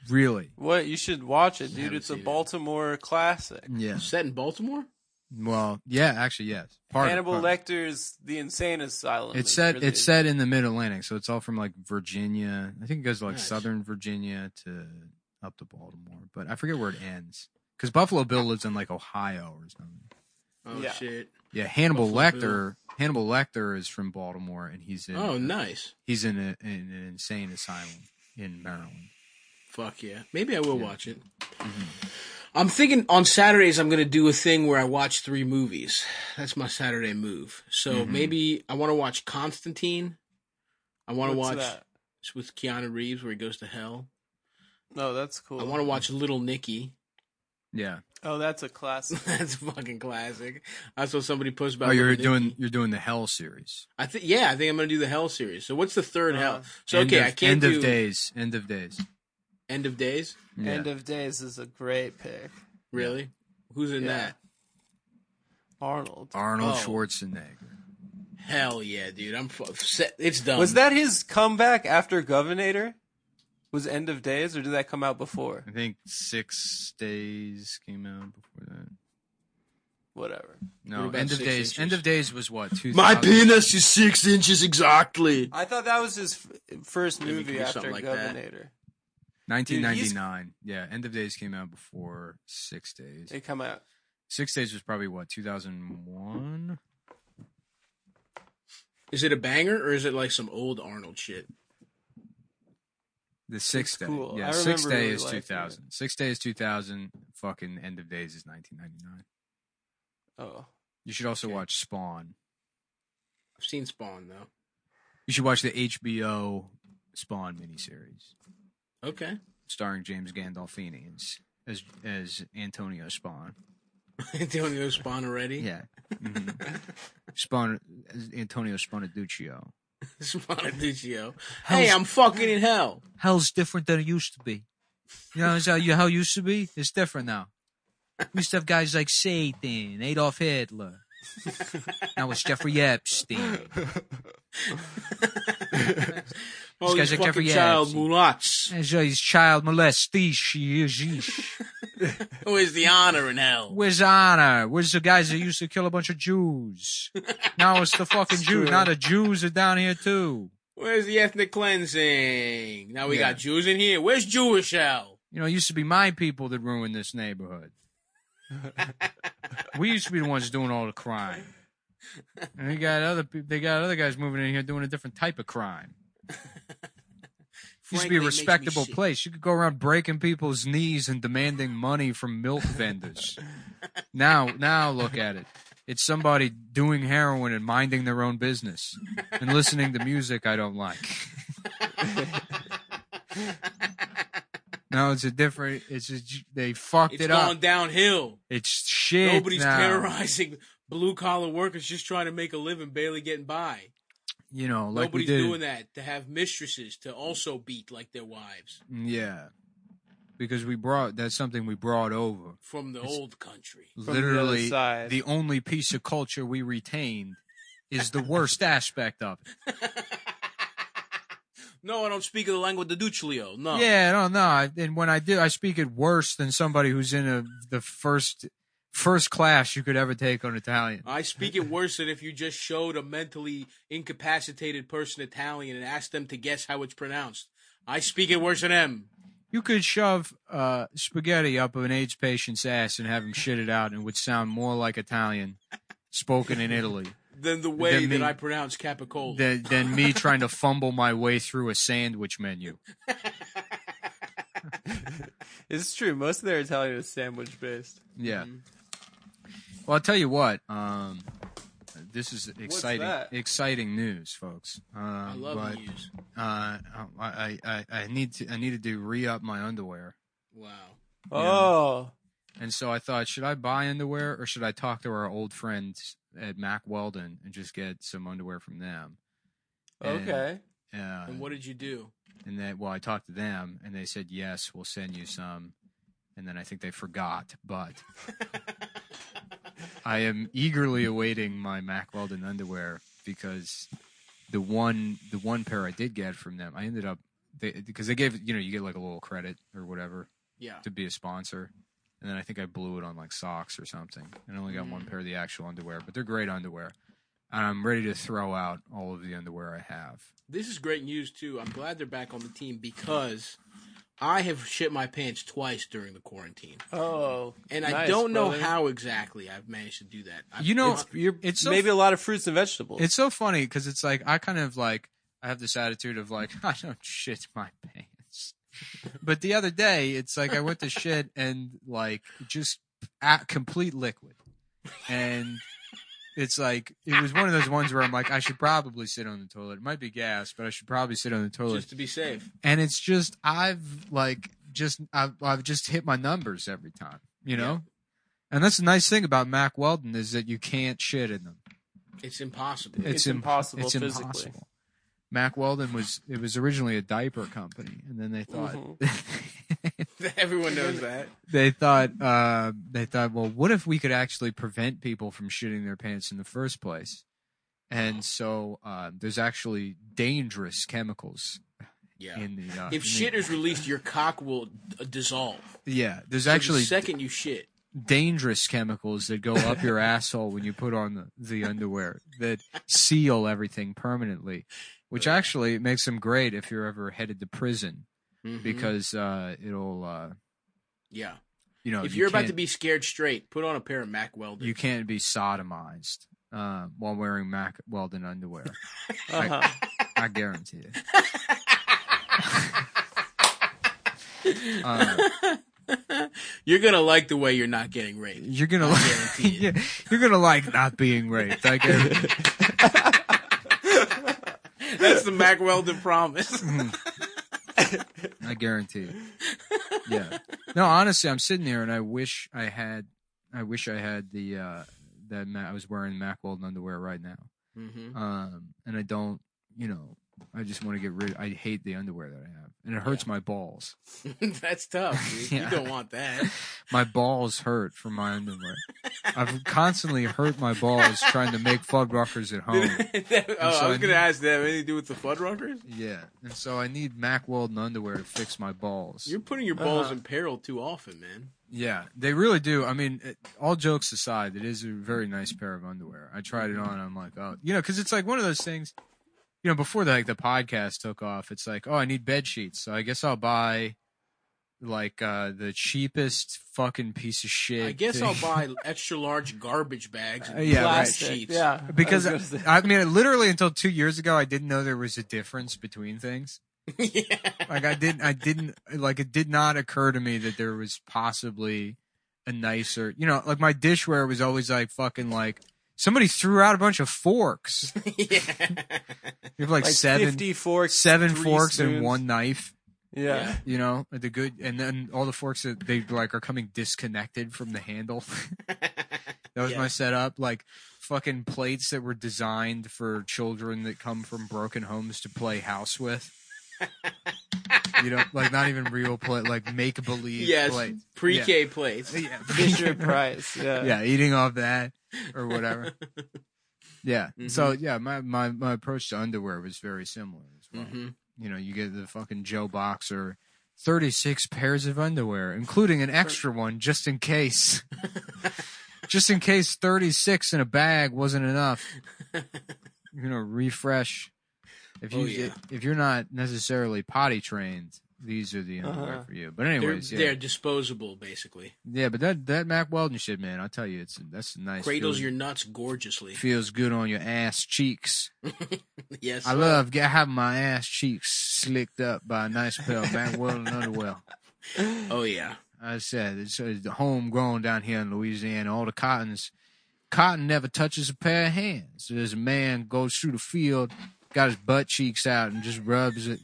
Speaker 2: Really?
Speaker 3: What you should watch it, dude.
Speaker 1: haven't
Speaker 3: It's a
Speaker 1: seen it.
Speaker 3: Baltimore classic.
Speaker 2: Yeah.
Speaker 1: set in Baltimore.
Speaker 2: Well, yeah, actually, yes. Part of-
Speaker 3: Hannibal
Speaker 2: part of-
Speaker 3: Lecter's The Insane Asylum.
Speaker 2: It's
Speaker 3: is
Speaker 2: set.
Speaker 3: really-
Speaker 2: It's set in the Mid Atlantic, so it's all from like Virginia. I think it goes to like
Speaker 1: Nice.
Speaker 2: Southern Virginia to up to Baltimore, but I forget where it ends. Because Buffalo Bill lives in like Ohio or something.
Speaker 1: Oh
Speaker 3: Yeah.
Speaker 1: shit!
Speaker 2: Yeah, Hannibal
Speaker 1: Buffalo Bill.
Speaker 2: Lecter. Hannibal Lecter is from Baltimore, and he's in.
Speaker 1: Oh nice.
Speaker 2: He's in, a, in an insane asylum in Maryland.
Speaker 1: Fuck yeah. Maybe I will watch it.
Speaker 2: Mm-hmm.
Speaker 1: I'm thinking on Saturdays I'm gonna do a thing where I watch three movies. That's my Saturday move. So
Speaker 2: Mm-hmm.
Speaker 1: maybe I want to watch Constantine. I want to watch
Speaker 3: What's that?
Speaker 1: it's with Keanu Reeves where he goes to hell.
Speaker 3: No, that's cool.
Speaker 1: I want to watch Little Nicky.
Speaker 2: Yeah.
Speaker 3: Oh, that's a classic.
Speaker 1: That's fucking classic. I saw somebody post about.
Speaker 2: oh, you're
Speaker 1: Little
Speaker 2: doing
Speaker 1: Nicky.
Speaker 2: you're doing the Hell series.
Speaker 1: I think yeah, I think I'm gonna do the Hell series. So what's the third
Speaker 3: Uh,
Speaker 1: Hell? So
Speaker 2: End
Speaker 1: okay,
Speaker 2: of-
Speaker 1: I can't
Speaker 2: End
Speaker 1: do
Speaker 2: of days. End of days.
Speaker 1: End of Days.
Speaker 2: Yeah.
Speaker 3: End of Days is a great pick.
Speaker 1: Really? Who's in
Speaker 3: Yeah.
Speaker 1: that?
Speaker 3: Arnold.
Speaker 2: Arnold
Speaker 1: Oh.
Speaker 2: Schwarzenegger.
Speaker 1: Hell yeah, dude. I'm fu- set. It's done.
Speaker 3: was that his comeback after Governator? Was End of Days, or did that come out before?
Speaker 2: I think six days came out before that.
Speaker 3: Whatever.
Speaker 1: What
Speaker 2: No,
Speaker 1: about
Speaker 2: end of
Speaker 1: six
Speaker 2: days.
Speaker 1: inches?
Speaker 2: End of days was what? Two.
Speaker 1: penis is six inches exactly.
Speaker 3: I thought that was his f- first
Speaker 1: Maybe it could
Speaker 3: movie
Speaker 1: be
Speaker 3: after
Speaker 1: something like that.
Speaker 3: Governator.
Speaker 2: 1999. yeah, end of days came out before six days.
Speaker 3: It come out.
Speaker 2: Six days was probably what 2001.
Speaker 1: Is it a banger or is it like some old Arnold shit?
Speaker 2: The sixth day.
Speaker 3: cool.
Speaker 2: Yeah,
Speaker 3: I
Speaker 2: six
Speaker 3: remember
Speaker 2: day
Speaker 3: really
Speaker 2: is
Speaker 3: liking it.
Speaker 2: 2000. Six day is 2000. Fucking end of days is 1999.
Speaker 3: Oh,
Speaker 2: You should also
Speaker 1: Okay.
Speaker 2: watch Spawn.
Speaker 1: I've seen Spawn though.
Speaker 2: You should watch the HBO Spawn miniseries
Speaker 1: Okay.
Speaker 2: starring James Gandolfini as as, as Antonio Spawn.
Speaker 1: Antonio Spawn already.
Speaker 2: Yeah. Mhm. Spawn Antonio Spawnaduccio.
Speaker 1: Spawnaduccio. Hey, I'm fucking in hell.
Speaker 2: hell's different than it used to be. You know, it's how you hell used to be. It's different now. We used to have guys like Satan, Adolf Hitler. Now it's Jeffrey Epstein.
Speaker 1: Oh,
Speaker 2: guy's
Speaker 1: these
Speaker 2: like Jeffrey
Speaker 1: fucking child
Speaker 2: Epstein.
Speaker 1: mulats.
Speaker 2: There's all these child molestation.
Speaker 1: Who is the honor in hell?
Speaker 2: Where's honor? Where's the guys that used to kill a bunch of Jews? Now it's the fucking Jews.
Speaker 3: true.
Speaker 2: Now the Jews are down here too.
Speaker 1: Where's the ethnic cleansing? Now we
Speaker 2: Yeah.
Speaker 1: got Jews in here. Where's Jewish hell?
Speaker 2: You know, it used to be my people that ruined this neighborhood. we used to be the ones doing all the crime. And they got other peop they got other guys moving in here doing a different type of crime. used to
Speaker 1: Frankly,
Speaker 2: be a
Speaker 1: it makes me
Speaker 2: respectable
Speaker 1: sick.
Speaker 2: place. You could go around breaking people's knees and demanding money from milk vendors. now, now look at it. It's somebody doing heroin and minding their own business and listening to music I don't like. no, it's a different. It's a, they fucked
Speaker 1: It's
Speaker 2: it
Speaker 1: gone
Speaker 2: up.
Speaker 1: downhill.
Speaker 2: It's shit.
Speaker 1: Nobody's
Speaker 2: now.
Speaker 1: terrorizing blue collar workers just trying to make a living, barely getting by.
Speaker 2: You know, like
Speaker 1: Nobody's
Speaker 2: we did.
Speaker 1: doing that to have mistresses to also beat like their wives
Speaker 2: Mm, Yeah, because we brought. That's something we brought over.
Speaker 1: from the old country.
Speaker 3: the
Speaker 2: literally
Speaker 3: other side.
Speaker 2: the only piece of culture we retained is the worst aspect of it.
Speaker 1: No, I don't speak of the language of Duchlio.
Speaker 3: Oh.
Speaker 1: No.
Speaker 2: Yeah, I don't know. I- And when I do, I speak it worse than somebody who's in a the first first class you could ever take on Italian.
Speaker 1: I speak it worse than if you just showed a mentally incapacitated person Italian and asked them to guess how it's pronounced. I speak it worse than them.
Speaker 2: You could shove uh, spaghetti up an AIDS patient's ass and have him shit it out, and it would sound more like Italian spoken in Italy
Speaker 1: Than the way
Speaker 2: Than me.
Speaker 1: that I pronounce capicola.
Speaker 2: than, than me trying to fumble my way through a sandwich menu.
Speaker 3: it's true. Most of their Italian is Mm. sandwich based.
Speaker 1: Mm-hmm.
Speaker 2: Yeah. Well, I'll tell you what. Um, this is exciting,
Speaker 3: that?
Speaker 2: exciting news, folks. Um,
Speaker 1: I love
Speaker 2: but
Speaker 1: news.
Speaker 2: uh, I, I I need to I needed to re up my underwear,
Speaker 1: Wow.
Speaker 3: Oh,
Speaker 2: and so I thought, should I buy underwear or should I talk to our old friends at Mac Weldon and just get some underwear from them? And-
Speaker 3: okay.
Speaker 2: Uh,
Speaker 1: And what did you do?
Speaker 2: and then well, I talked to them and they said yes, we'll send you some, and then I think they forgot, but I am eagerly awaiting my Mac Weldon underwear because the one the one pair I did get from them, I ended up they because they gave you know you get like a little credit or whatever
Speaker 1: Yeah.
Speaker 2: to be a sponsor, and then I think I blew it on like socks or something, and only got
Speaker 3: Mm.
Speaker 2: one pair of the actual underwear, but they're great underwear, and I'm ready to throw out all of the underwear I have.
Speaker 1: This is great news too. I'm glad they're back on the team because I have shit my pants twice during the quarantine,
Speaker 3: Oh,
Speaker 1: and I
Speaker 3: nice,
Speaker 1: don't know
Speaker 3: brother.
Speaker 1: how exactly I've managed to do that. I,
Speaker 2: You know,
Speaker 1: it's-
Speaker 3: You're
Speaker 2: It's so
Speaker 3: maybe a lot of fruits and vegetables.
Speaker 2: It's so funny because it's like I kind of like I have this attitude of like I don't shit my pants, but the other day it's like I went to shit and like just at complete liquid, and it's like it was one of those ones where I'm like I should probably sit on the toilet. It might be gas, but I should probably sit on the toilet.
Speaker 1: just to be safe.
Speaker 2: and it's just I've like just I've, I've just hit my numbers every time, you know. And that's the nice thing about Mac Weldon is that you can't shit in them
Speaker 1: It's impossible.
Speaker 3: It's
Speaker 2: im-
Speaker 3: impossible physically.
Speaker 2: Mac Weldon was it was originally a diaper company, and then they thought
Speaker 3: Mm-hmm.
Speaker 1: Everyone knows that.
Speaker 2: they thought uh, they thought, well, what if we could actually prevent people from shitting their pants in the first place? And so uh, there's actually dangerous chemicals
Speaker 1: Yeah.
Speaker 2: in the uh, in
Speaker 1: if
Speaker 2: the-
Speaker 1: shit is released, your cock will d- dissolve.
Speaker 2: yeah, there's
Speaker 1: So
Speaker 2: actually
Speaker 1: the second you shit.
Speaker 2: dangerous chemicals that go up your asshole when you put on the, the underwear that seal everything permanently, which actually makes them great if you're ever headed to prison
Speaker 1: Mhm.
Speaker 2: because uh, it'll uh,
Speaker 1: yeah,
Speaker 2: you know
Speaker 1: if
Speaker 2: you
Speaker 1: you're about
Speaker 2: can't-
Speaker 1: to be scared straight, put on a pair of Mac Weldon.
Speaker 2: you can't be sodomized uh, while wearing Mac Weldon underwear.
Speaker 3: uh-huh.
Speaker 2: I guarantee it. Uh,
Speaker 1: You're gonna like the way you're not getting raped.
Speaker 2: you're gonna like,
Speaker 1: guarantee it.
Speaker 2: you're gonna like not being raped. I guarantee.
Speaker 1: That's the Mac Weldon promise.
Speaker 2: I guarantee it. Yeah. No, honestly, I'm sitting there and I wish I had. I wish I had the uh, that Ma- I was wearing Mac Weldon underwear right now.
Speaker 1: hmm
Speaker 2: Um, and I don't. You know, I just want to get rid. I hate the underwear that I have, and it hurts my balls.
Speaker 1: Mm-hmm. That's tough. dude.
Speaker 2: Yeah.
Speaker 1: You don't want that.
Speaker 2: My balls hurt from my underwear. I've constantly hurt my balls trying to make Fuddruckers at home.
Speaker 1: oh, I
Speaker 2: sorry.
Speaker 1: was gonna ask that. Anything to do with the Fuddruckers?
Speaker 2: Yeah, and so I need Mac Weldon underwear to fix my balls.
Speaker 1: You're putting your balls
Speaker 2: Uh-huh.
Speaker 1: in peril too often, man.
Speaker 2: Yeah, they really do. I mean, it, all jokes aside, it is a very nice pair of underwear. I tried it on. I'm like, oh, you know, because it's like one of those things. You know, before the, like the podcast took off, it's like, oh, I need bed sheets, so I guess I'll buy like uh the cheapest fucking piece of shit.
Speaker 1: I guess I'll
Speaker 2: thing.
Speaker 1: buy extra large garbage bags and
Speaker 2: Uh, yeah, right.
Speaker 1: plastic
Speaker 3: Plastic,
Speaker 1: sheets.
Speaker 3: Yeah,
Speaker 2: because uh,
Speaker 3: I
Speaker 2: I,
Speaker 3: was gonna say-
Speaker 2: I mean, literally until two years ago, I didn't know there was a difference between things.
Speaker 1: Yeah.
Speaker 2: Like I didn't, I didn't, like it did not occur to me that there was possibly a nicer, you know, like my dishware was always like fucking like somebody threw out a bunch of forks. You have like,
Speaker 3: like
Speaker 2: seven,
Speaker 3: fifty forks,
Speaker 2: seven
Speaker 3: three
Speaker 2: forks and
Speaker 3: spoons.
Speaker 2: one knife.
Speaker 3: Yeah,
Speaker 2: You know, the good, and then all the forks that they like are coming disconnected from the handle. that was
Speaker 1: Yeah.
Speaker 2: my setup. Like fucking plates that were designed for children that come from broken homes to play house with. you know, like not even real plate, like make believe
Speaker 1: yes.
Speaker 2: plates.
Speaker 1: Pre-K plates.
Speaker 2: Yeah.
Speaker 3: Fisher Price. Yeah,
Speaker 2: yeah, eating off that or whatever. yeah. So
Speaker 1: Mm-hmm.
Speaker 2: yeah, my, my my approach to underwear was very similar as well.
Speaker 1: Mhm.
Speaker 2: You know, you get the fucking Joe Boxer, thirty six pairs of underwear, including an extra one just in case. just in case thirty six in a bag wasn't enough. You know, refresh. If you
Speaker 1: Oh, yeah.
Speaker 2: if you're not necessarily potty trained, these are the underwear
Speaker 3: Uh-huh.
Speaker 2: for you. But
Speaker 1: They're,
Speaker 2: anyways, yeah.
Speaker 1: they're disposable, basically.
Speaker 2: Yeah, but that that Mac Weldon shit, man, I tell you, it's that's a nice.
Speaker 1: Cradles
Speaker 2: feeling.
Speaker 1: your nuts gorgeously.
Speaker 2: feels good on your ass cheeks.
Speaker 1: Yes.
Speaker 2: I love get, having my ass cheeks slicked up by a nice pair of Mac Weldon underwear.
Speaker 1: Oh yeah.
Speaker 2: I said it's,
Speaker 4: uh,
Speaker 2: it's homegrown down here in Louisiana. All the cottons, cotton never touches a pair of hands. There's a man goes through the field
Speaker 4: got his butt cheeks out and just rubs it.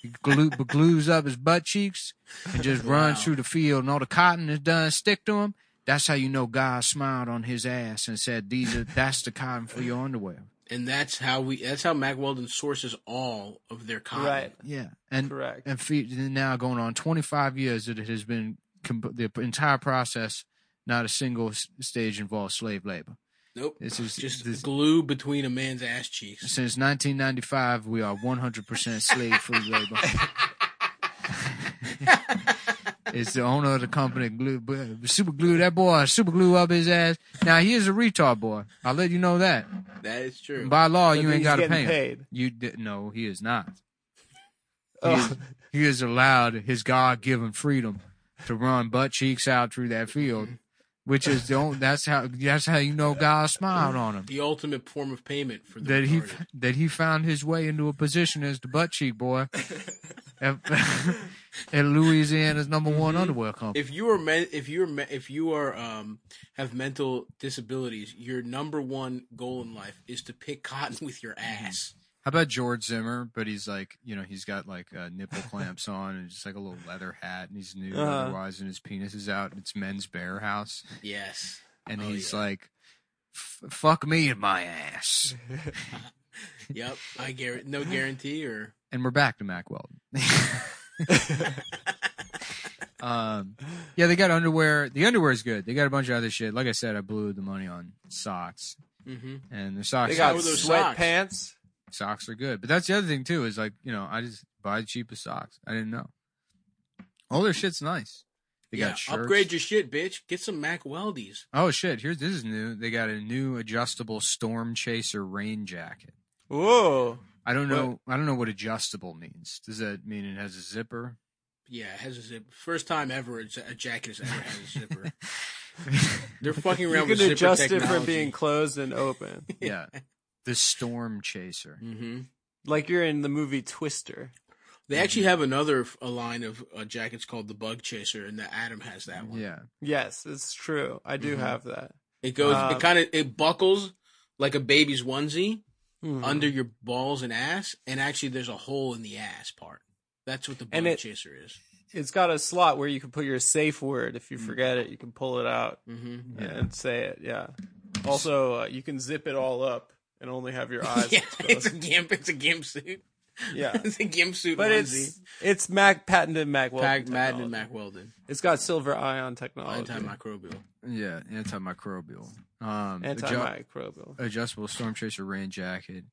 Speaker 4: He glue, glues up his butt cheeks and just runs
Speaker 1: Wow.
Speaker 4: through the field, and all the cotton is done stick to him. That's how you know God smiled on his ass and said, "These are that's the cotton for your underwear."
Speaker 1: and that's how we. That's how Mac Weldon sources all of their cotton.
Speaker 3: Right.
Speaker 4: Yeah, and
Speaker 3: Correct.
Speaker 4: and fe- now going on 25 years that it has been comp- the entire process. Not a single s- stage involved slave labor.
Speaker 1: Nope.
Speaker 4: This is
Speaker 1: Just
Speaker 4: this-
Speaker 1: glue between a man's ass cheeks.
Speaker 4: since 1995 we are 100% slave free labor it's the owner of the company glue bu- super glue that boy super glue up his ass now he is a retard boy i'll let you know that
Speaker 1: That is true.
Speaker 4: by law
Speaker 3: But
Speaker 4: you ain't
Speaker 3: he's
Speaker 4: got to
Speaker 3: getting
Speaker 4: pay him
Speaker 3: paid.
Speaker 4: you di- no he is not
Speaker 3: Oh,
Speaker 4: he is allowed his god-given freedom to run butt cheeks out through that field which is the only, that's how that's how you know god smiled on him
Speaker 1: the ultimate form of payment for the
Speaker 4: that he
Speaker 1: retarded.
Speaker 4: that he found his way into a position as the butt cheek boy at, at Louisiana's number one
Speaker 1: Mm-hmm.
Speaker 4: underwear company.
Speaker 1: if you are men, if you're me- if you are um have mental disabilities, your number one goal in life is to pick cotton with your ass.
Speaker 2: How about George Zimmer? But he's like, you know, he's got like uh, nipple clamps on and just like a little leather hat, and he's nude
Speaker 3: Uh-huh.
Speaker 2: otherwise, and his penis is out. And it's Men's Bear House,
Speaker 1: Yes,
Speaker 2: and
Speaker 1: Oh,
Speaker 2: he's
Speaker 1: yeah.
Speaker 2: like, F- "Fuck me in my ass."
Speaker 1: yep. I guarantee no guarantee or
Speaker 2: And we're back to Mac Weldon. um, yeah, they got underwear. The underwear is good. They got a bunch of other shit. Like I said, I blew the money on socks,
Speaker 1: hmm
Speaker 2: and their socks
Speaker 3: they got
Speaker 1: Or those socks.
Speaker 3: sweatpants.
Speaker 2: socks are good. But that's the other thing too is like you know I just buy the cheapest socks. I didn't know. All their shit's nice. They
Speaker 1: yeah.
Speaker 2: got shirts.
Speaker 1: Upgrade your shit, bitch. Get some Mac Weldies.
Speaker 2: oh shit! Here's this is new. They got a new adjustable storm chaser rain jacket.
Speaker 3: Whoa.
Speaker 2: I don't know. I don't know what adjustable means. Does that mean it has a zipper?
Speaker 1: Yeah, it has a zip. First time ever a, a jacket has ever had a zipper. They're fucking around with
Speaker 3: you can
Speaker 1: zipper
Speaker 3: adjust
Speaker 1: technology.
Speaker 3: it from being closed and open,
Speaker 2: yeah, the storm chaser.
Speaker 1: hmm
Speaker 3: like you're in the movie Twister.
Speaker 1: They
Speaker 3: Mm-hmm.
Speaker 1: actually have another f- a line of uh, jackets called the Bug Chaser, and the Adam has that one.
Speaker 2: Yeah,
Speaker 3: Yes, it's true. I do
Speaker 1: Mhm.
Speaker 3: have that.
Speaker 1: It goes.
Speaker 3: Um,
Speaker 1: it kind of it buckles like a baby's onesie
Speaker 3: Mhm.
Speaker 1: under your balls and ass, and actually there's a hole in the ass part. That's what the Bug
Speaker 3: And it-
Speaker 1: Chaser is.
Speaker 3: it's got a slot where you can put your safe word. If you
Speaker 1: Mm.
Speaker 3: forget it, you can pull it out
Speaker 1: hmm
Speaker 2: Yeah.
Speaker 3: and say it. Yeah. Also, uh, you can zip it all up and only have your eyes.
Speaker 1: Yeah, it's a
Speaker 3: exposed.
Speaker 1: gimp. It's a gimp suit.
Speaker 3: yeah.
Speaker 1: it's a gimp suit.
Speaker 3: But
Speaker 1: onesie.
Speaker 3: it's it's Mac patented Mac Weldon.
Speaker 1: Pac Madden and
Speaker 3: technology.
Speaker 1: Mac Weldon.
Speaker 3: It's got silver ion technology.
Speaker 1: Antimicrobial.
Speaker 2: yeah, antimicrobial. Um, adju-
Speaker 3: Antimicrobial.
Speaker 2: adjustable storm chaser rain jacket.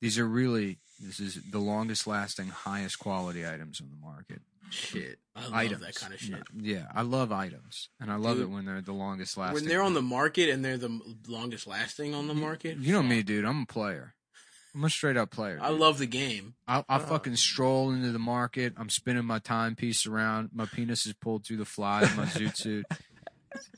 Speaker 2: These are really this is the longest lasting, highest quality items on the market.
Speaker 1: Shit. I love
Speaker 2: items.
Speaker 1: that kind of shit.
Speaker 2: Yeah, yeah, I love items, and I love
Speaker 1: Dude.
Speaker 2: it when they're the longest lasting.
Speaker 1: When they're on the market and they're the m- longest lasting on the market,
Speaker 2: you know me, dude. I'm a player. I'm a straight up player.
Speaker 1: I love the game.
Speaker 2: I, I fucking stroll into the market. I'm spinning my timepiece around. My penis is pulled through the flies of my zoot suit,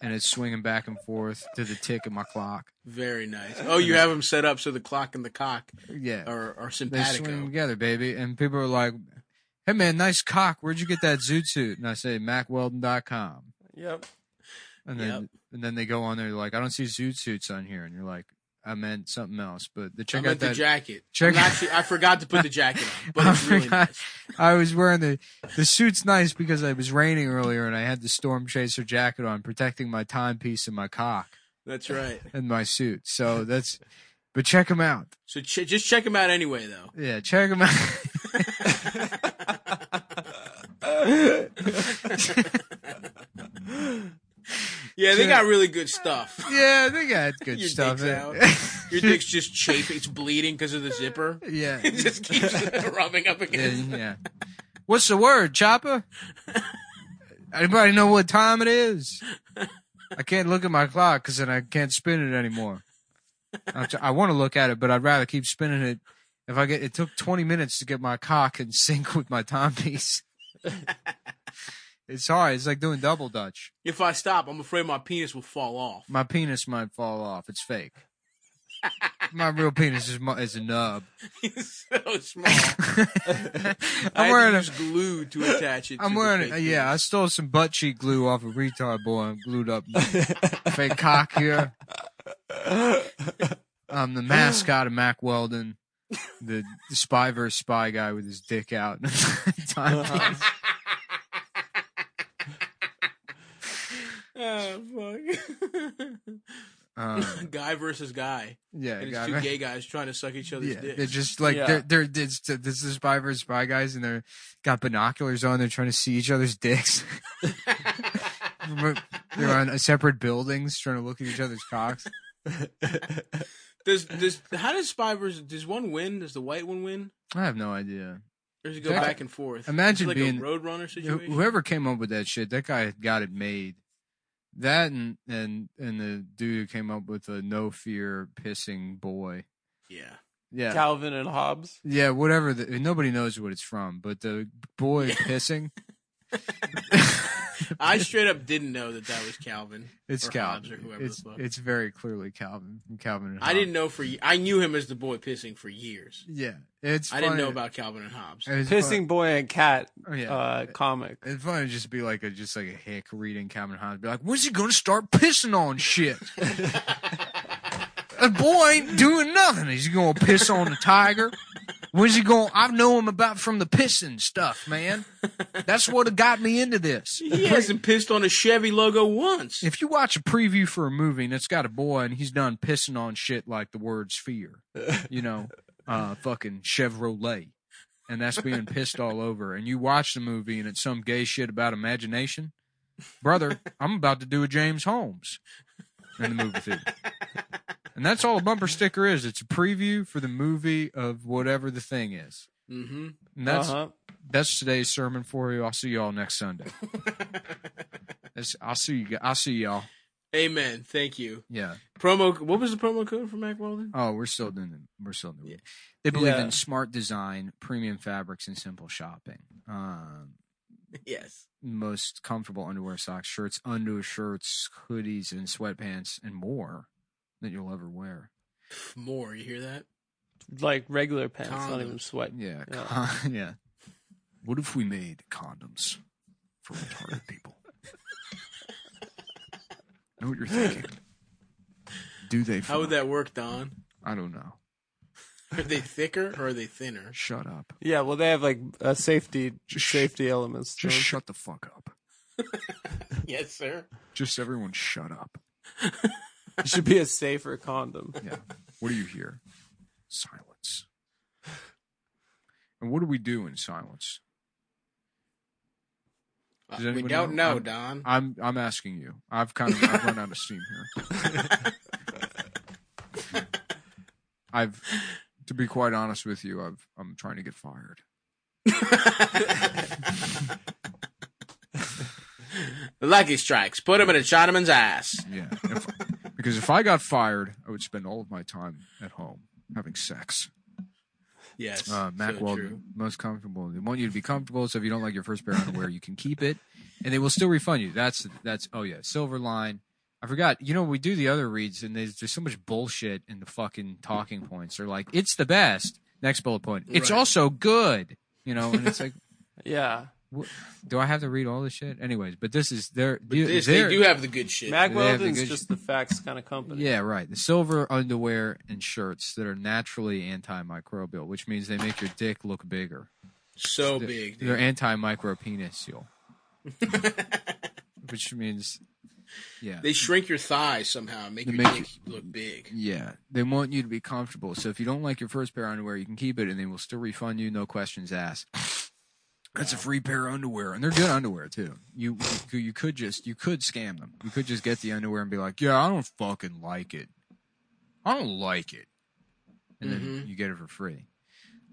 Speaker 2: and it's swinging back and forth to the tick of my clock.
Speaker 1: Very nice. Oh, you have them set up so the clock and the cock
Speaker 2: Yeah,
Speaker 1: are, are
Speaker 2: they swing
Speaker 1: simpatico.
Speaker 2: together, baby. And people are like, "Hey, man, nice cock. Where'd you get that zoot suit?" And I say, "MacWeldon.com."
Speaker 3: Yep.
Speaker 2: And then
Speaker 1: Yep.
Speaker 2: and then they go on there like, I don't see zoot suits on here, and you're like, I meant something else. But the
Speaker 1: I
Speaker 2: check out
Speaker 1: meant the
Speaker 2: that
Speaker 1: jacket.
Speaker 2: check-
Speaker 1: I'm actually, I forgot to put the jacket on, but
Speaker 2: I
Speaker 1: it's really
Speaker 2: forgot.
Speaker 1: nice.
Speaker 2: Oh I was wearing the the suit's nice because it was raining earlier and I had the storm chaser jacket on, protecting my timepiece and my cock
Speaker 1: That's right.
Speaker 2: and my suit. So that's. But check them out.
Speaker 1: So ch- just check them out anyway, though.
Speaker 2: Yeah, check them out.
Speaker 1: Yeah, they
Speaker 2: Sure.
Speaker 1: got really good stuff.
Speaker 2: yeah, they got good
Speaker 1: Your
Speaker 2: stuff. eh?
Speaker 1: dick's out. Your dick's just chafing; it's bleeding because of the zipper.
Speaker 2: yeah.
Speaker 1: It just keeps rubbing up
Speaker 2: Yeah,
Speaker 1: against.
Speaker 2: yeah. What's the word, chopper? Anybody know what time it is? I can't look at my clock because then I can't spin it anymore. I'm t- I want to look at it, but I'd rather keep spinning it. If I get, it took 20 minutes to get my cock in sync with my timepiece. it's hard. It's like doing double dutch.
Speaker 1: If I stop, I'm afraid my penis will fall off.
Speaker 2: My penis might fall off. It's fake. My real penis is, mu- is a nub.
Speaker 1: It's so small.
Speaker 2: I'm wearing a,
Speaker 1: use glue to attach it.
Speaker 2: I'm
Speaker 1: to
Speaker 2: wearing
Speaker 1: the
Speaker 2: it. Uh,
Speaker 1: fake
Speaker 2: Yeah, I stole some butt cheek glue off a retard boy and glued up my fake cock here. I'm the mascot of Mac Weldon. the spy versus spy guy with his dick out.
Speaker 3: Uh-huh.
Speaker 1: Oh
Speaker 2: Um,
Speaker 1: fuck! guy versus guy,
Speaker 2: yeah,
Speaker 1: and it's
Speaker 2: guy-
Speaker 1: two gay guys trying to suck each other's
Speaker 2: yeah,
Speaker 1: dick.
Speaker 2: they're just like
Speaker 3: Yeah.
Speaker 2: they're they're this this is spy versus spy guys, and they're got binoculars on. They're trying to see each other's dicks. they're on separate buildings trying to look at each other's cocks.
Speaker 1: Does does how does spy versus does one win? Does the white one win?
Speaker 2: I have no idea.
Speaker 1: Or does it go
Speaker 2: Exactly.
Speaker 1: back and forth? Is it
Speaker 2: Imagine
Speaker 1: like
Speaker 2: being-
Speaker 1: a roadrunner
Speaker 2: Who-
Speaker 1: situation.
Speaker 2: Whoever came up with that shit, that guy got it made. That and and and the dude who came up with the no fear pissing boy.
Speaker 1: yeah,
Speaker 2: Yeah.
Speaker 3: Calvin and Hobbes.
Speaker 2: Yeah, whatever. The, nobody knows what it's from, but the boy pissing,
Speaker 1: I straight up didn't know that that was Calvin.
Speaker 2: it's
Speaker 1: Or Hobbes
Speaker 2: Calvin.
Speaker 1: or whoever the
Speaker 2: it's,
Speaker 1: fuck.
Speaker 2: it's very clearly Calvin from Calvin and
Speaker 1: I
Speaker 2: Hobbes.
Speaker 1: didn't know for ye- I knew him as the boy pissing for years.
Speaker 2: Yeah, it's.
Speaker 1: I didn't
Speaker 2: funny-
Speaker 1: know about Calvin and Hobbes.
Speaker 2: it's fun-
Speaker 3: Pissing Boy and Cat
Speaker 2: oh, yeah.
Speaker 3: uh, comic.
Speaker 2: it's fun to just be like a just like a hick reading Calvin and Hobbes, be like, "When's he gonna start pissing on shit?" That boy ain't doing nothing. Is he gonna piss on the tiger? When's he going? I know him about from the pissing stuff, man. That's what got me into this.
Speaker 1: He hasn't pissed on a Chevy logo once.
Speaker 2: If you watch a preview for a movie and it's got a boy and he's done pissing on shit like the word sphere, you know, uh, fucking Chevrolet, and that's being pissed all over, and you watch the movie and it's some gay shit about imagination, brother, I'm about to do a James Holmes in the movie theater. And that's all a bumper sticker is. It's a preview for the movie of whatever the thing is.
Speaker 1: hmm
Speaker 2: And that's
Speaker 3: uh-huh.
Speaker 2: that's today's sermon for you. I'll see y'all next Sunday. That's- I'll see you. g- I'll see y'all.
Speaker 1: Amen. Thank you.
Speaker 2: Yeah.
Speaker 1: Promo. What was the promo code for Mac Weldon?
Speaker 2: Oh, we're still doing it. We're still doing it. They believe
Speaker 3: Yeah.
Speaker 2: in smart design, premium fabrics, and simple shopping. Um,
Speaker 1: Yes.
Speaker 2: most comfortable underwear, socks, shirts, undershirts, hoodies, and sweatpants, and more that you'll ever wear.
Speaker 1: More. You hear that?
Speaker 3: Like regular pants, not
Speaker 1: Condoms.
Speaker 3: even sweat.
Speaker 2: Yeah,
Speaker 3: Yeah.
Speaker 2: con- yeah. What if we made condoms for retarded people? know what you're thinking. Do they?
Speaker 1: How would
Speaker 2: fly?
Speaker 1: that work, Don?
Speaker 2: I don't know.
Speaker 1: Are they thicker or are they thinner?
Speaker 2: Shut up.
Speaker 3: Yeah, well, they have like a safety
Speaker 2: Just sh-
Speaker 3: safety elements. to
Speaker 2: Just
Speaker 3: them.
Speaker 2: shut the fuck up.
Speaker 1: Yes, sir.
Speaker 2: Just everyone, shut up.
Speaker 3: It should be a safer condom.
Speaker 2: Yeah. What do you hear? Silence. And what do we do in silence? Does
Speaker 1: Uh, we
Speaker 2: anyone
Speaker 1: don't
Speaker 2: know?
Speaker 1: know, Don.
Speaker 2: I'm- I'm I'm asking you. I've kind of I've run out of steam here. I've to be quite honest with you, I've I'm trying to get fired.
Speaker 1: Lucky strikes. Put him in a Chinaman's ass.
Speaker 2: Yeah. If, because if I got fired, I would spend all of my time at home having sex.
Speaker 1: Yes.
Speaker 2: Uh, Mac
Speaker 1: so
Speaker 2: Weldon,
Speaker 1: true.
Speaker 2: most comfortable. They want you to be comfortable, so if you don't like your first pair of underwear, you can keep it, and they will still refund you. That's that's oh yeah, Silver Line. I forgot. You know, we do the other reads, and there's, there's so much bullshit in the fucking talking points. They're like, it's the best. Next bullet point. It's
Speaker 1: Right.
Speaker 2: also good. You know, and it's like,
Speaker 3: Yeah.
Speaker 2: wh- do I have to read all this shit? Anyways, but this is their.
Speaker 1: This, they do have the good shit.
Speaker 3: Mac
Speaker 2: They have the
Speaker 3: Weldon's
Speaker 2: good-
Speaker 3: just the facts kind of company.
Speaker 2: Yeah, right. The silver underwear and shirts that are naturally antimicrobial, which means they make your dick look bigger.
Speaker 1: so
Speaker 2: They're-
Speaker 1: big. dude.
Speaker 2: They're antimicropenisial, which means, yeah,
Speaker 1: They shrink your thighs somehow and make
Speaker 2: They
Speaker 1: your
Speaker 2: make
Speaker 1: dick look big.
Speaker 2: yeah, they want you to be comfortable. So if you don't like your first pair of underwear, you can keep it, and they will still refund you, no questions asked. That's a free pair of underwear, and they're good underwear too. You you you could just you could scam them. You could just get the underwear and be like, yeah, I don't fucking like it. I don't like it, and then you get it for free.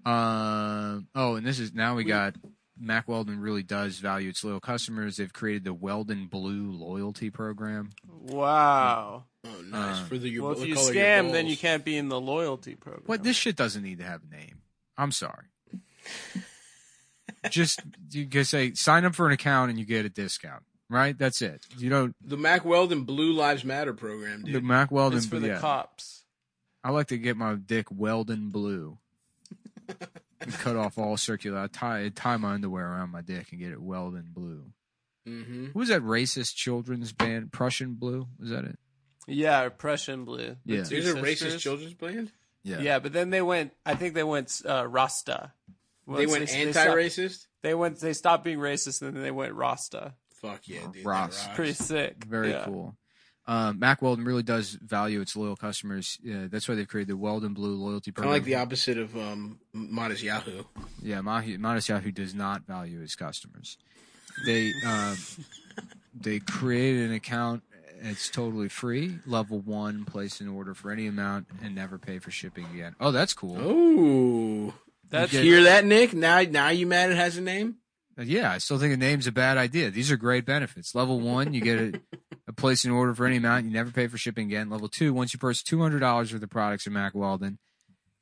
Speaker 2: Um. oh, and this is now we got Mac Weldon really does value its loyal customers. They've created the Weldon Blue loyalty program.
Speaker 3: Wow.
Speaker 1: Oh, nice.
Speaker 2: Uh,
Speaker 1: For the your
Speaker 3: Well,
Speaker 1: the
Speaker 3: if you
Speaker 1: color of your
Speaker 3: scam, then
Speaker 1: balls.
Speaker 3: you can't be in the loyalty program.
Speaker 2: What this shit doesn't need to have a name. I'm sorry. Just you can say sign up for an account and you get a discount. Right? That's it. You don't
Speaker 1: The Mac Weldon Blue Lives Matter program,
Speaker 2: the
Speaker 1: dude.
Speaker 2: Mac Weldon.
Speaker 3: It's for the
Speaker 2: yeah.
Speaker 3: cops.
Speaker 2: I like to get my dick Weldon blue. and cut off all circular. I tie I'd tie my underwear around my dick and get it Weldon blue.
Speaker 1: Mm-hmm.
Speaker 2: Who was that racist children's band? Prussian Blue? Was that it?
Speaker 3: Yeah, Oppression Blue. The
Speaker 2: Yeah.
Speaker 3: two
Speaker 1: There's a racist
Speaker 3: sisters.
Speaker 1: children's band?
Speaker 3: Yeah. but then they went. I think they went uh, Rasta.
Speaker 1: they
Speaker 3: Once
Speaker 1: went
Speaker 3: s- stopped-
Speaker 1: anti-racist.
Speaker 3: They went. They stopped being racist, and then they went Rasta.
Speaker 1: Fuck yeah, dude. that
Speaker 2: Ross.
Speaker 1: rocks.
Speaker 3: Pretty sick.
Speaker 2: Very
Speaker 3: Yeah.
Speaker 2: cool. Um, Mac Weldon really does value its loyal customers. Yeah, that's why they've created the Weldon Blue loyalty
Speaker 1: Kind
Speaker 2: program.
Speaker 1: of like
Speaker 3: Mm-hmm.
Speaker 1: the opposite of um, modest Yahoo.
Speaker 2: Yeah, Mahi, Modest Yahoo does not value its customers. They um, they created an account. It's totally free. Level one, place an order for any amount and never pay for shipping again. Oh, that's cool.
Speaker 1: Oh,
Speaker 3: That's
Speaker 1: hear that, Nick? Now, now you mad it has a name?
Speaker 2: Uh, Yeah, I still think a name's a bad idea. These are great benefits. Level one, you get a, a place an order for any amount. You never pay for shipping again. Level two, once you purchase two hundred dollars worth of products at Mac Weldon,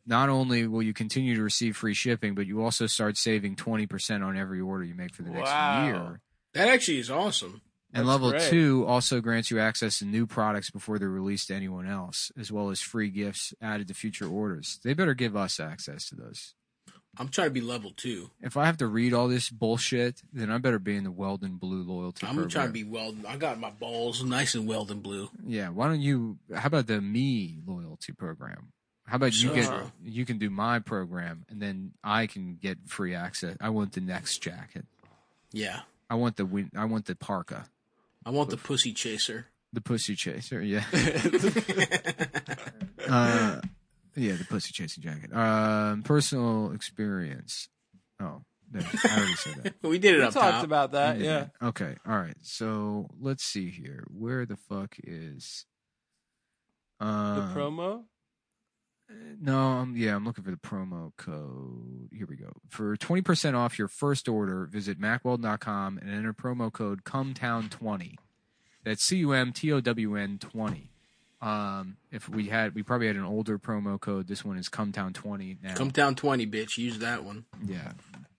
Speaker 2: not only will you continue to receive free shipping, but you also start saving twenty percent on every order you make for the next
Speaker 3: Wow.
Speaker 2: year.
Speaker 1: That actually is awesome.
Speaker 2: And
Speaker 3: That's
Speaker 2: level
Speaker 3: great.
Speaker 2: two also grants you access to new products before they're released to anyone else, as well as free gifts added to future orders. They better give us access to those.
Speaker 1: I'm trying to be level two.
Speaker 2: If I have to read all this bullshit, then I better be in the Weldon Blue loyalty
Speaker 1: I'm
Speaker 2: program.
Speaker 1: trying to be welding. I got my balls nice and welding blue.
Speaker 2: Yeah, why don't you? How about the me loyalty program? How about you get
Speaker 1: Sure.
Speaker 2: you can do my program, and then I can get free access. I want the next jacket.
Speaker 1: Yeah,
Speaker 2: I want the win. I want the parka,
Speaker 1: I want the pussy chaser.
Speaker 2: the pussy chaser. Yeah. uh, yeah, the pussy chasing jacket. Um, personal experience. Oh, there, I already said that.
Speaker 1: we did it
Speaker 3: we
Speaker 1: up
Speaker 3: talked
Speaker 1: top.
Speaker 3: about that.
Speaker 2: Yeah.
Speaker 3: Uh, Yeah.
Speaker 2: Okay. All right. So let's see here. Where the fuck is?
Speaker 3: The
Speaker 2: Um,
Speaker 3: promo.
Speaker 2: No, I'm, yeah, I'm looking for the promo code. Here we go. For 20% off your first order, visit macweldon.com and enter promo code CUMTOWN20. That's C U M T O W N 20. Um, if we had, we probably had an older promo code. This one is CUMTOWN20 now.
Speaker 1: Come down twenty, bitch. Use that one.
Speaker 2: yeah.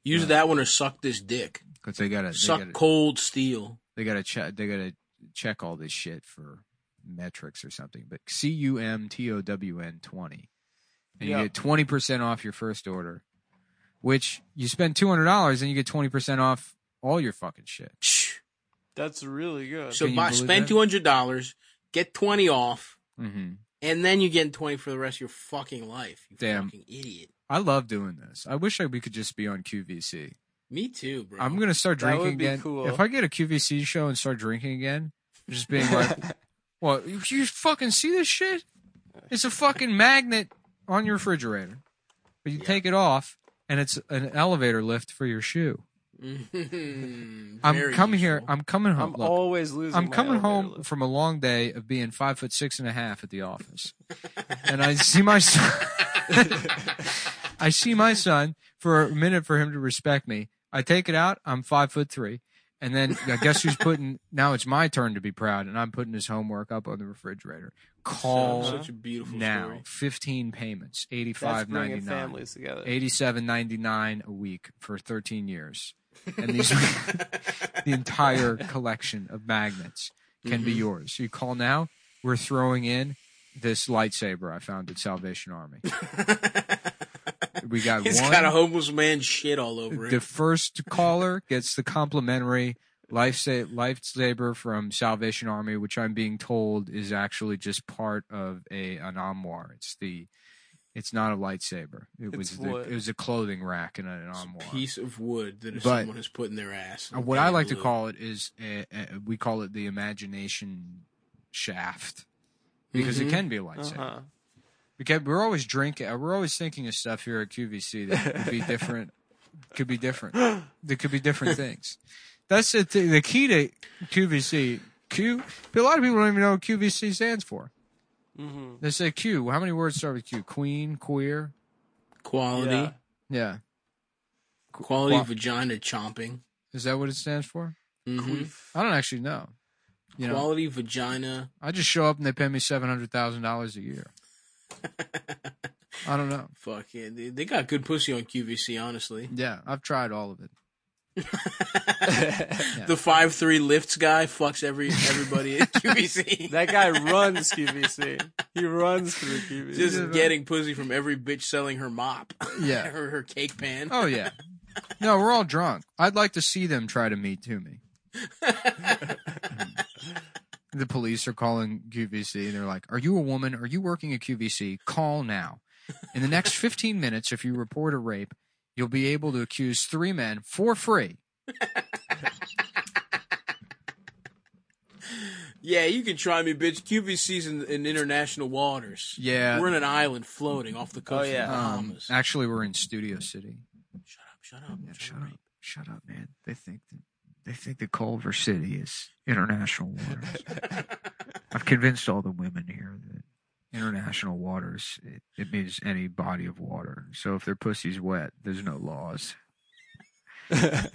Speaker 1: Use that one or suck this dick.
Speaker 2: Cause they gotta, they
Speaker 1: Suck
Speaker 2: gotta,
Speaker 1: cold steel.
Speaker 2: they gotta check, they gotta check all this shit for metrics or something, but C U M T O W N 20. and
Speaker 3: Yeah.
Speaker 2: you get 20% off your first order, which you spend $200 and you get 20% off all your fucking shit.
Speaker 1: Shh.
Speaker 3: That's really good.
Speaker 1: So
Speaker 2: Can you
Speaker 1: buy,
Speaker 2: believe
Speaker 1: spend
Speaker 2: that?
Speaker 1: two hundred dollars, get twenty off,
Speaker 2: Mm-hmm.
Speaker 1: and then you get twenty for the rest of your fucking life. You
Speaker 2: Damn.
Speaker 1: fucking idiot.
Speaker 2: I love doing this. I wish I, we could just be on QVC.
Speaker 1: Me too, bro.
Speaker 2: I'm going to start
Speaker 3: That would
Speaker 2: drinking
Speaker 3: be
Speaker 2: again.
Speaker 3: cool.
Speaker 2: If I get a QVC show and start drinking again, just being like, what? You, you fucking see this shit? It's a fucking magnet on your refrigerator. But you take it off and it's an elevator lift for your shoe.
Speaker 1: Mhm.
Speaker 2: I'm
Speaker 1: Very
Speaker 2: coming here.
Speaker 1: useful.
Speaker 2: I'm coming home.
Speaker 3: I'm
Speaker 2: Look,
Speaker 3: always losing.
Speaker 2: I'm
Speaker 3: my
Speaker 2: coming
Speaker 3: elevator
Speaker 2: home
Speaker 3: lift.
Speaker 2: from a long day of being five foot six and a half at the office, and I see my son. I see my son for a minute for him to respect me. I take it out. I'm five foot three, and then I guess who's putting? Now it's my turn to be proud, and I'm putting his homework up on the refrigerator. Call
Speaker 1: such a beautiful
Speaker 2: now.
Speaker 1: story.
Speaker 2: Fifteen payments. Eighty
Speaker 3: That's
Speaker 2: five ninety
Speaker 3: bringing
Speaker 2: nine.
Speaker 3: families together.
Speaker 2: Eighty-seven ninety-nine a week for 13 years. And these the entire collection of magnets can
Speaker 1: Mm-hmm.
Speaker 2: be yours. You call now, we're throwing in this lightsaber I found at Salvation Army. we got
Speaker 1: It's
Speaker 2: one
Speaker 1: got a homeless man shit all over
Speaker 2: the
Speaker 1: it.
Speaker 2: first caller gets the complimentary lifesa- lifesaver from Salvation Army, which I'm being told is actually just part of a an armoire. It's the it's not a lightsaber. It was the,
Speaker 3: wood.
Speaker 2: it was a clothing rack and an armoire.
Speaker 1: Piece of wood that if
Speaker 2: But-
Speaker 1: someone has put in their ass.
Speaker 2: Uh, What I like to
Speaker 1: Blue.
Speaker 2: call it is a, a, we call it the imagination shaft because it
Speaker 1: Mhm.
Speaker 2: can be a lightsaber.
Speaker 3: Uh-huh.
Speaker 2: Because we're always drinking, uh, we're always thinking of stuff here at QVC that could be different. could be different. There could be different things. That's the thing. The key to QVC, Q. A lot of people don't even know what QVC stands for.
Speaker 3: Mhm.
Speaker 2: They say Q. How many words start with Q? Queen, queer.
Speaker 1: quality,
Speaker 3: Yeah.
Speaker 2: Yeah.
Speaker 1: quality
Speaker 2: Qua-
Speaker 1: vagina chomping,
Speaker 2: Is that what it stands for?
Speaker 1: Mhm.
Speaker 2: I don't actually know. You know,
Speaker 1: quality vagina.
Speaker 2: I just show up and they pay me seven hundred thousand dollars a year. I don't know.
Speaker 1: Fuck yeah, they, they got good pussy on QVC. Honestly,
Speaker 2: Yeah, I've tried all of it.
Speaker 1: the five three lifts guy fucks every everybody at QVC.
Speaker 3: That guy runs QVC. He runs through QVC.
Speaker 1: Just getting pussy from every bitch selling her mop,
Speaker 2: Yeah.
Speaker 1: or her cake pan.
Speaker 2: Oh yeah. No, we're all drunk. I'd like to see them try to meet to me. the police are calling QVC and they're like, "Are you a woman? Are you working at QVC? Call now." In the next 15 minutes, if you report a rape, you'll be able to accuse three men for free.
Speaker 1: Yeah, you can try me, bitch. QVC's in, in international waters.
Speaker 2: Yeah.
Speaker 1: We're in an island floating off the coast
Speaker 3: Oh, yeah.
Speaker 1: of the
Speaker 2: Um,
Speaker 1: Bahamas.
Speaker 2: actually, we're in Studio City.
Speaker 1: shut up, shut up.
Speaker 2: Yeah,
Speaker 1: shut
Speaker 2: shut
Speaker 1: up.
Speaker 2: up. Shut up, man. They think that, they think that Culver City is international waters. I've convinced all the women here that international waters it, it means any body of water. So if their pussy's wet, there's no laws.
Speaker 1: Yeah,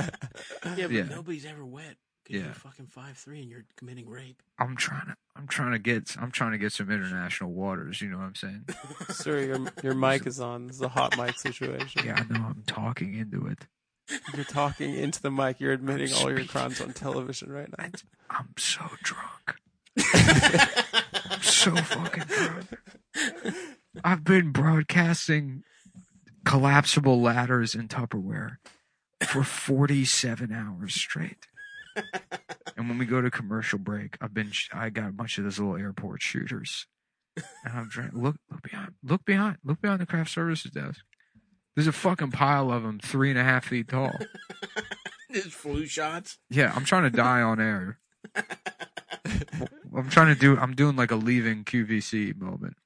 Speaker 1: but
Speaker 2: Yeah.
Speaker 1: nobody's ever wet. 'cause
Speaker 2: Yeah.
Speaker 1: You're fucking five three and you're committing rape.
Speaker 2: I'm trying to I'm trying to get I'm trying to get some international waters, you know what I'm saying?
Speaker 3: Sir, your your mic is on. This is a hot mic situation.
Speaker 2: Yeah, I know I'm talking into it.
Speaker 3: You're talking into the mic. You're admitting all your crimes on television right now.
Speaker 2: I'm so drunk. I'm so fucking drunk. I've been broadcasting collapsible ladders in Tupperware for 47 hours straight. And when we go to commercial break, I've been I got a bunch of those little airport shooters. And I'm drinking. Look, look behind. Look behind. Look behind the craft services desk. There's a fucking pile of them, three and a half feet tall.
Speaker 1: There's flu shots.
Speaker 2: Yeah, I'm trying to die on air. I'm trying to do. I'm doing like a leaving QVC moment.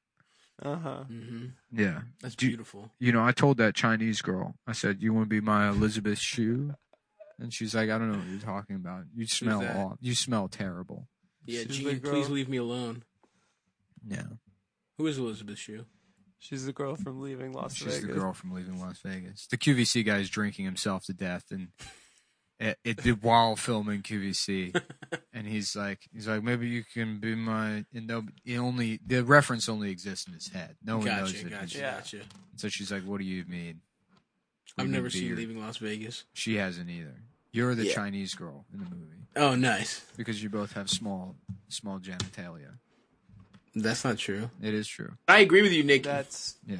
Speaker 3: Uh huh.
Speaker 1: Mm-hmm.
Speaker 2: Yeah,
Speaker 1: That's
Speaker 2: Do-
Speaker 1: beautiful.
Speaker 2: you know, I told that Chinese girl. I said, "You want to be my Elizabeth Shue?" And she's like, "I don't know what you're talking about. You smell
Speaker 1: that?
Speaker 2: off. You smell terrible."
Speaker 1: Yeah,
Speaker 3: She's
Speaker 1: Gene,
Speaker 3: the girl-
Speaker 1: please leave me alone.
Speaker 2: Yeah,
Speaker 1: Who is Elizabeth Shue?
Speaker 3: She's the girl from leaving Las
Speaker 2: she's
Speaker 3: Vegas.
Speaker 2: the girl from Leaving Las Vegas. The QVC guy is drinking himself to death, and it, it did while filming QVC. And he's like, he's like, maybe you can be my. And no, it only the reference only exists in his head. No one knows
Speaker 1: Gotcha,
Speaker 2: it.
Speaker 1: gotcha,
Speaker 3: Yeah.
Speaker 1: gotcha.
Speaker 2: So she's like, "What do you mean?"
Speaker 1: I've
Speaker 2: We
Speaker 1: never
Speaker 2: need
Speaker 1: seen
Speaker 2: beer."
Speaker 1: Leaving Las Vegas.
Speaker 2: She hasn't either. You're the
Speaker 1: Yeah.
Speaker 2: Chinese girl in the movie
Speaker 1: Oh, nice.
Speaker 2: because you both have small, small genitalia.
Speaker 1: That's not true.
Speaker 2: It is true.
Speaker 1: I agree with you, Nick.
Speaker 3: That's
Speaker 2: Yeah.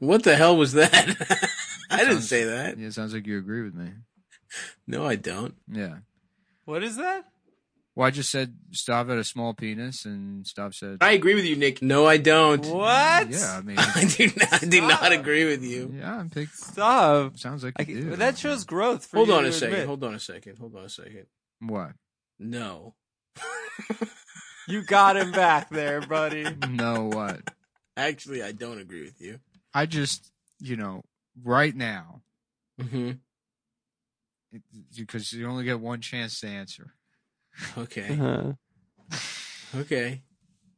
Speaker 1: What the hell was that? I didn't
Speaker 2: Sounds-
Speaker 1: say that.
Speaker 2: Yeah, it sounds like you agree with me.
Speaker 1: No, I don't.
Speaker 2: Yeah.
Speaker 3: what is that?
Speaker 2: Well, I just said Stav had a small penis, and Stav said,
Speaker 1: I agree with you, Nick. No, I don't.
Speaker 3: What?
Speaker 2: "Yeah, I mean,
Speaker 1: I do not, I do not agree with you.
Speaker 2: yeah, I'm big."
Speaker 3: Stop.
Speaker 2: Sounds like
Speaker 3: I
Speaker 2: you do.
Speaker 3: can, that shows growth. For
Speaker 1: Hold
Speaker 3: you
Speaker 1: on
Speaker 3: to
Speaker 1: a second.
Speaker 3: admit.
Speaker 1: Hold on a second. Hold on a second.
Speaker 2: what?
Speaker 1: No.
Speaker 3: You got him back there, buddy.
Speaker 2: No, what?
Speaker 1: Actually, I don't agree with you.
Speaker 2: I just, you know, right now,
Speaker 1: Mm-hmm.
Speaker 2: it- because you only get one chance to answer.
Speaker 1: Okay.
Speaker 3: Uh-huh.
Speaker 1: Okay.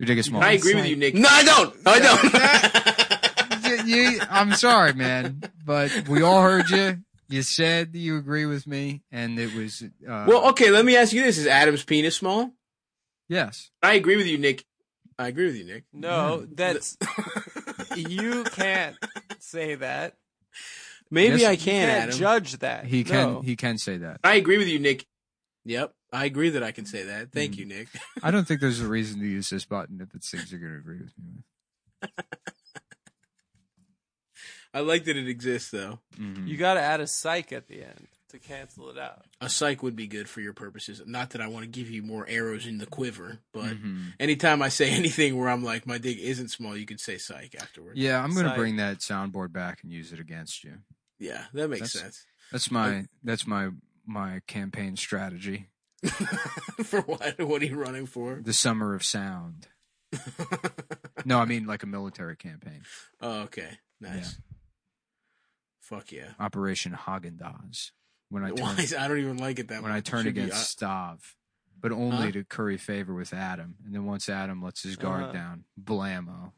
Speaker 2: You take a small.
Speaker 1: Mm-hmm. I agree with you, Nick. No, I don't. No, I don't.
Speaker 2: you, you- I'm sorry, man, but we all heard you. You said that you agree with me, and it was uh,
Speaker 1: well, okay. Let me ask you this: Is Adam's penis small?
Speaker 2: yes.
Speaker 1: I agree with you, Nick. I agree with you, Nick.
Speaker 3: No, that's you can't say that.
Speaker 1: Maybe
Speaker 2: Yes.
Speaker 1: I
Speaker 3: You
Speaker 1: can,
Speaker 3: can't
Speaker 1: Adam.
Speaker 3: judge that.
Speaker 2: He can
Speaker 3: No.
Speaker 2: he can say that.
Speaker 1: I agree with you, Nick. Yep, I agree that I can say that. Thank
Speaker 2: Mm-hmm.
Speaker 1: you, Nick.
Speaker 2: I don't think there's a reason to use this button if it's things you're going to agree with me with.
Speaker 1: I like that it exists, though.
Speaker 2: Mhm.
Speaker 3: You got to add a psych at the end to cancel it out.
Speaker 1: A psych would be good for your purposes. Not that I want to give you more arrows in the quiver, but
Speaker 2: Mhm.
Speaker 1: anytime I say anything where I'm like, my dick isn't small, you can say psych afterwards.
Speaker 2: Yeah, I'm going to
Speaker 3: Sorry.
Speaker 2: bring that soundboard back and use it against you.
Speaker 1: Yeah, that makes
Speaker 2: That's- That's my that's my my campaign strategy.
Speaker 1: sense. for what? What are you running for?
Speaker 2: The summer of sound. no, I mean like a military campaign.
Speaker 1: Oh, okay, nice. Fuck yeah.
Speaker 2: Operation Hagen Dazs. When I
Speaker 1: Why
Speaker 2: turn
Speaker 1: is- I don't even like it that
Speaker 2: when
Speaker 1: much.
Speaker 2: I
Speaker 1: It
Speaker 2: turn
Speaker 1: should be, uh,
Speaker 2: against Stav, but only
Speaker 1: Huh?
Speaker 2: to curry favor with Adam. And then once Adam lets his guard
Speaker 1: Uh.
Speaker 3: Uh-huh.
Speaker 2: down, blammo.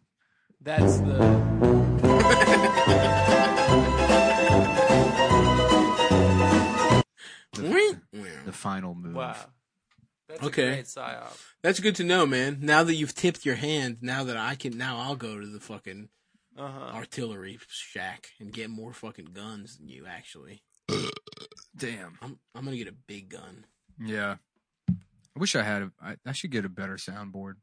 Speaker 3: That's the
Speaker 1: uh,
Speaker 2: The final move.
Speaker 3: wow. That's
Speaker 1: Okay.
Speaker 3: a great psyop.
Speaker 1: That's good to know, man. Now that you've tipped your hand, now that I can, now I'll go to the fucking
Speaker 3: Uh
Speaker 1: Uh-huh.
Speaker 3: huh.
Speaker 1: artillery shack and get more fucking guns than you. Actually,
Speaker 2: Damn.
Speaker 1: I'm I'm gonna get a big gun.
Speaker 2: Yeah. I wish I had a. I, I should get a better soundboard.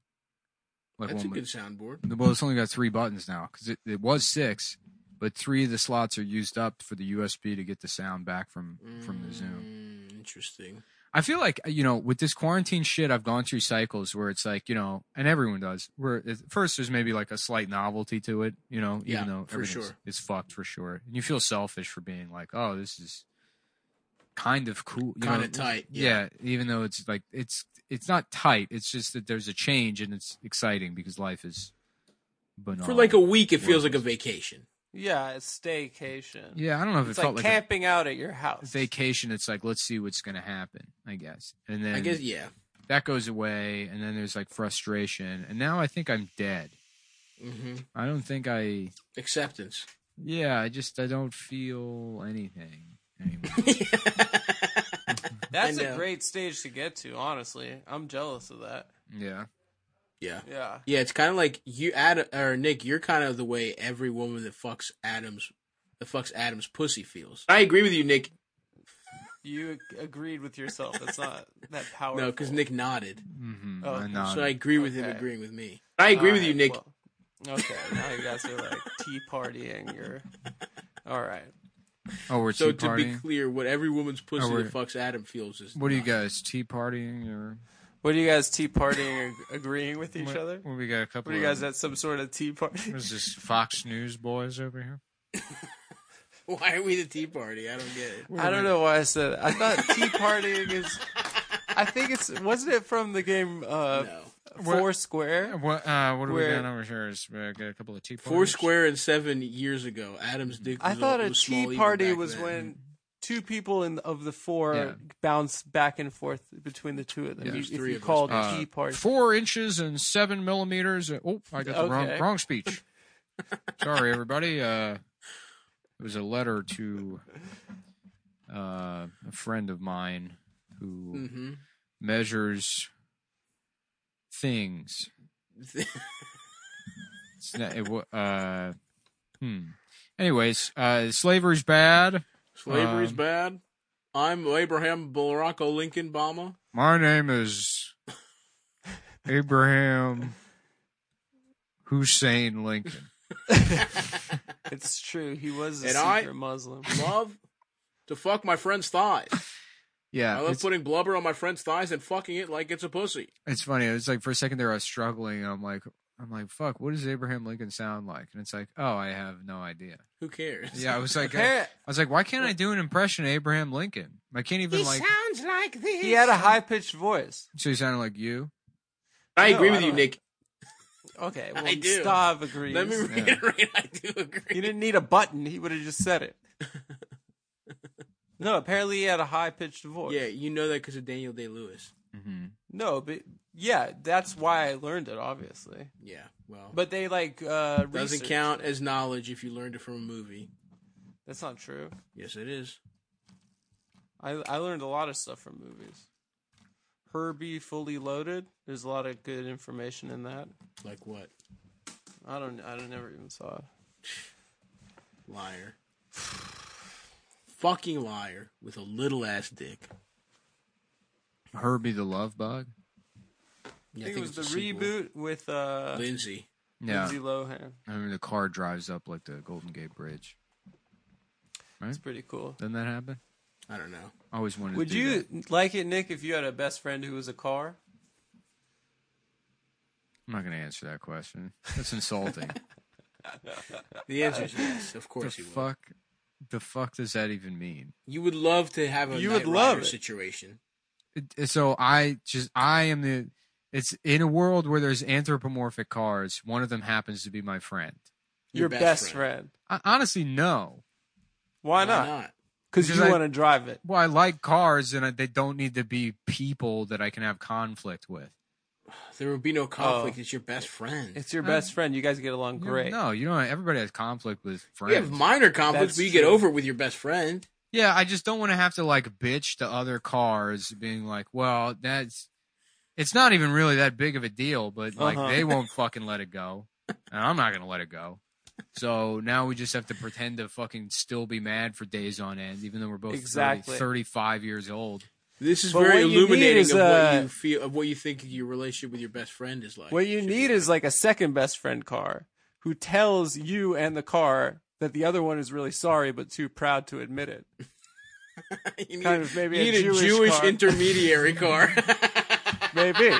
Speaker 2: Like
Speaker 1: That's a
Speaker 2: one
Speaker 1: good
Speaker 2: with,
Speaker 1: soundboard.
Speaker 2: well, it's only got three buttons now because it, it was six, but three of the slots are used up for the USB to get the sound back from from the Zoom.
Speaker 1: Mm, interesting.
Speaker 2: I feel like you know, with this quarantine shit, I've gone through cycles where it's like you know, and everyone does. Where at first there's maybe like a slight novelty to it, you know, even
Speaker 1: Yeah,
Speaker 2: though
Speaker 1: for
Speaker 2: everything's
Speaker 1: sure.
Speaker 2: is fucked for sure, and you feel selfish for being like, oh, this is kind of cool, you know,
Speaker 1: Kind of tight. Yeah.
Speaker 2: yeah. even though it's like it's it's not tight. It's just that there's a change and it's exciting because life is banal.
Speaker 1: For like a week, it feels like a vacation.
Speaker 3: Yeah, it's staycation.
Speaker 2: yeah, I don't know if
Speaker 3: It's
Speaker 2: it
Speaker 3: like
Speaker 2: felt like a
Speaker 3: camping out at your house.
Speaker 2: vacation. It's like let's see what's gonna happen, I guess, and then
Speaker 1: I guess, yeah.
Speaker 2: that goes away, and then there's like frustration, and now I think I'm dead.
Speaker 1: hmm
Speaker 2: I don't think I.
Speaker 1: Acceptance.
Speaker 2: Yeah, I just I don't feel anything anymore.
Speaker 3: That's
Speaker 1: I
Speaker 3: a
Speaker 1: know.
Speaker 3: great stage to get to, honestly. I'm jealous of that.
Speaker 2: yeah,
Speaker 1: yeah.
Speaker 3: Yeah.
Speaker 1: Yeah, it's kind of like you, Adam, or Nick, you're kind of the way every woman that fucks Adam's, that fucks Adam's pussy feels. I agree with you, Nick.
Speaker 3: You ag- agreed with yourself. That's not that powerful.
Speaker 1: No, because Nick nodded.
Speaker 2: hmm
Speaker 3: Oh,
Speaker 2: I know.
Speaker 1: So I agree with him
Speaker 3: Okay.
Speaker 1: agreeing with me. I agree with you, Nick.
Speaker 3: Alright, well, okay, now you guys are like tea partying. You're all right.
Speaker 2: oh, we're
Speaker 1: so
Speaker 2: tea
Speaker 1: to be
Speaker 2: partying.
Speaker 1: clear, what every woman's pussy
Speaker 2: Oh, we're-
Speaker 1: that fucks Adam feels is
Speaker 2: what do you
Speaker 1: nothing.
Speaker 2: guys tea partying or
Speaker 3: What are you guys tea partying or agreeing with each
Speaker 2: what,
Speaker 3: other?
Speaker 2: What we got a couple.
Speaker 3: What are you guys
Speaker 2: Of,
Speaker 3: at some sort of tea party?
Speaker 2: what is this Fox News boys over here?
Speaker 1: Why are we the tea party? I don't get it.
Speaker 3: I don't know why I said. That. I thought tea partying is. I think it's wasn't it from the game uh,
Speaker 1: No.
Speaker 3: Four Square?
Speaker 2: What uh, what are we
Speaker 3: Where-
Speaker 2: doing over here? Is we got a couple of tea parties.
Speaker 1: Four square and seven years ago, Adam's dick.
Speaker 3: I
Speaker 1: was
Speaker 3: thought
Speaker 1: all-
Speaker 3: a
Speaker 1: was small
Speaker 3: tea
Speaker 1: even
Speaker 3: party
Speaker 1: back
Speaker 3: was
Speaker 1: then.
Speaker 3: when two people in of the four
Speaker 2: Yeah.
Speaker 3: bounce back and forth between the two of them.
Speaker 2: Yeah.
Speaker 3: You-
Speaker 1: There's
Speaker 3: if
Speaker 1: three
Speaker 3: you
Speaker 1: of us.
Speaker 3: called
Speaker 2: Uh,
Speaker 3: tea party,
Speaker 2: Four inches and seven millimeters. Oh, I got the wrong
Speaker 3: Okay.
Speaker 2: wrong speech. Sorry, everybody. Uh, it was a letter to uh, a friend of mine who
Speaker 1: Mhm.
Speaker 2: measures things. It's not- it wa- uh, hmm. Anyways, uh, slavery's bad.
Speaker 1: Slavery's
Speaker 2: Um,
Speaker 1: bad. I'm Abraham Barack Lincoln Obama.
Speaker 2: My name is Abraham Hussein Lincoln.
Speaker 3: it's true. He was a
Speaker 1: And
Speaker 3: secret
Speaker 1: I- Oh
Speaker 3: Muslim.
Speaker 1: Love to fuck my friend's thighs.
Speaker 2: Yeah,
Speaker 1: I love
Speaker 2: it's,
Speaker 1: putting blubber on my friend's thighs and fucking it like it's a pussy.
Speaker 2: it's funny. It's like for a second there, I was struggling, and I'm like, I'm like, fuck, what does Abraham Lincoln sound like? And it's like, oh, I have no idea.
Speaker 1: Who cares?
Speaker 2: Yeah, I was like, uh, I,
Speaker 3: Apparent-
Speaker 2: was like, why can't I do an impression of Abraham Lincoln? I can't even like.
Speaker 1: sounds like this.
Speaker 3: He had a high pitched voice.
Speaker 2: so he sounded like you.
Speaker 1: I
Speaker 3: No,
Speaker 1: agree
Speaker 3: I
Speaker 1: with you,
Speaker 3: don't-
Speaker 1: Nick.
Speaker 3: Okay, well,
Speaker 1: I do.
Speaker 3: Stav agrees.
Speaker 1: Let me reiterate. I do
Speaker 3: You
Speaker 1: agree.
Speaker 3: didn't need a button. He would have just said it. no, apparently he had a high pitched voice.
Speaker 1: Yeah, you know that because of Daniel Day Lewis.
Speaker 2: Mm-hmm.
Speaker 3: No, but yeah, that's why I learned it, obviously.
Speaker 1: Yeah, well,
Speaker 3: But they like uh
Speaker 1: doesn't
Speaker 3: researched
Speaker 1: count
Speaker 3: it.
Speaker 1: as knowledge if you learned it from a movie.
Speaker 3: That's not true.
Speaker 1: Yes, it is.
Speaker 3: I I learned a lot of stuff from movies. Herbie Fully Loaded. There's a lot of good information in that.
Speaker 1: Like what?
Speaker 3: I don't. I don't, never even saw it.
Speaker 1: Liar. Fucking liar with a little ass dick.
Speaker 2: Herbie the Love Bug.
Speaker 1: Yeah,
Speaker 3: I think, it
Speaker 1: it's
Speaker 3: was
Speaker 1: a
Speaker 3: the
Speaker 1: sequel.
Speaker 3: reboot with uh,
Speaker 1: Lindsay.
Speaker 2: Yeah,
Speaker 3: Lindsay Lohan.
Speaker 2: I mean the car drives up like the Golden Gate Bridge.
Speaker 3: It's pretty cool.
Speaker 2: Didn't that happen?
Speaker 1: I don't know.
Speaker 2: I always wanted.
Speaker 3: Would
Speaker 2: to do
Speaker 3: you
Speaker 2: that.
Speaker 3: like it, Nick, if you had a best friend who was a car?
Speaker 2: I'm not going to answer that question. That's insulting.
Speaker 1: The answer is yes. Of
Speaker 2: the
Speaker 1: course you would.
Speaker 2: fuck? The fuck does that even mean?
Speaker 1: You would love to have a
Speaker 3: You
Speaker 1: you
Speaker 3: would love it.
Speaker 1: situation.
Speaker 2: it- so I just I am the it's in a world where there's anthropomorphic cars. One of them happens to be my friend.
Speaker 3: Your, best, friend.
Speaker 2: I, honestly, no.
Speaker 1: Why
Speaker 3: Why, not?
Speaker 1: not?
Speaker 3: Because
Speaker 2: Because
Speaker 3: you
Speaker 2: I-
Speaker 3: want to drive it.
Speaker 2: Well, I like cars, and I, they don't need to be people that I can have conflict with.
Speaker 1: There would be no conflict.
Speaker 3: Oh.
Speaker 1: It's your best friend.
Speaker 3: It's your best friend. You guys get along
Speaker 2: You know,
Speaker 3: great.
Speaker 2: No, you know everybody has conflict with
Speaker 1: you have
Speaker 2: friends.
Speaker 1: minor conflicts,
Speaker 3: That's
Speaker 1: but you get
Speaker 3: true.
Speaker 1: over it with your best friend.
Speaker 2: yeah, I just don't want to have to like bitch to other cars, being like, well, that's it's not even really that big of a deal, but like
Speaker 3: Uh-huh.
Speaker 2: they won't fucking let it go, and I'm not gonna let it go. So now we just have to pretend to fucking still be mad for days on end, even though we're both 30
Speaker 3: Exactly.
Speaker 2: 35 years old.
Speaker 1: This is
Speaker 3: But
Speaker 1: very
Speaker 3: what you need
Speaker 1: illuminating
Speaker 3: is,
Speaker 1: of
Speaker 3: uh,
Speaker 1: what you feel of what you think your relationship with your best friend is like.
Speaker 3: What you
Speaker 1: Should be
Speaker 3: need is like a second best friend car who tells you and the car that the other one is really sorry but too proud to admit it.
Speaker 1: you need,
Speaker 3: Kind of maybe
Speaker 1: you
Speaker 3: a
Speaker 1: need a
Speaker 3: Jewish
Speaker 1: Jewish,
Speaker 3: car.
Speaker 1: intermediary car.
Speaker 3: Maybe.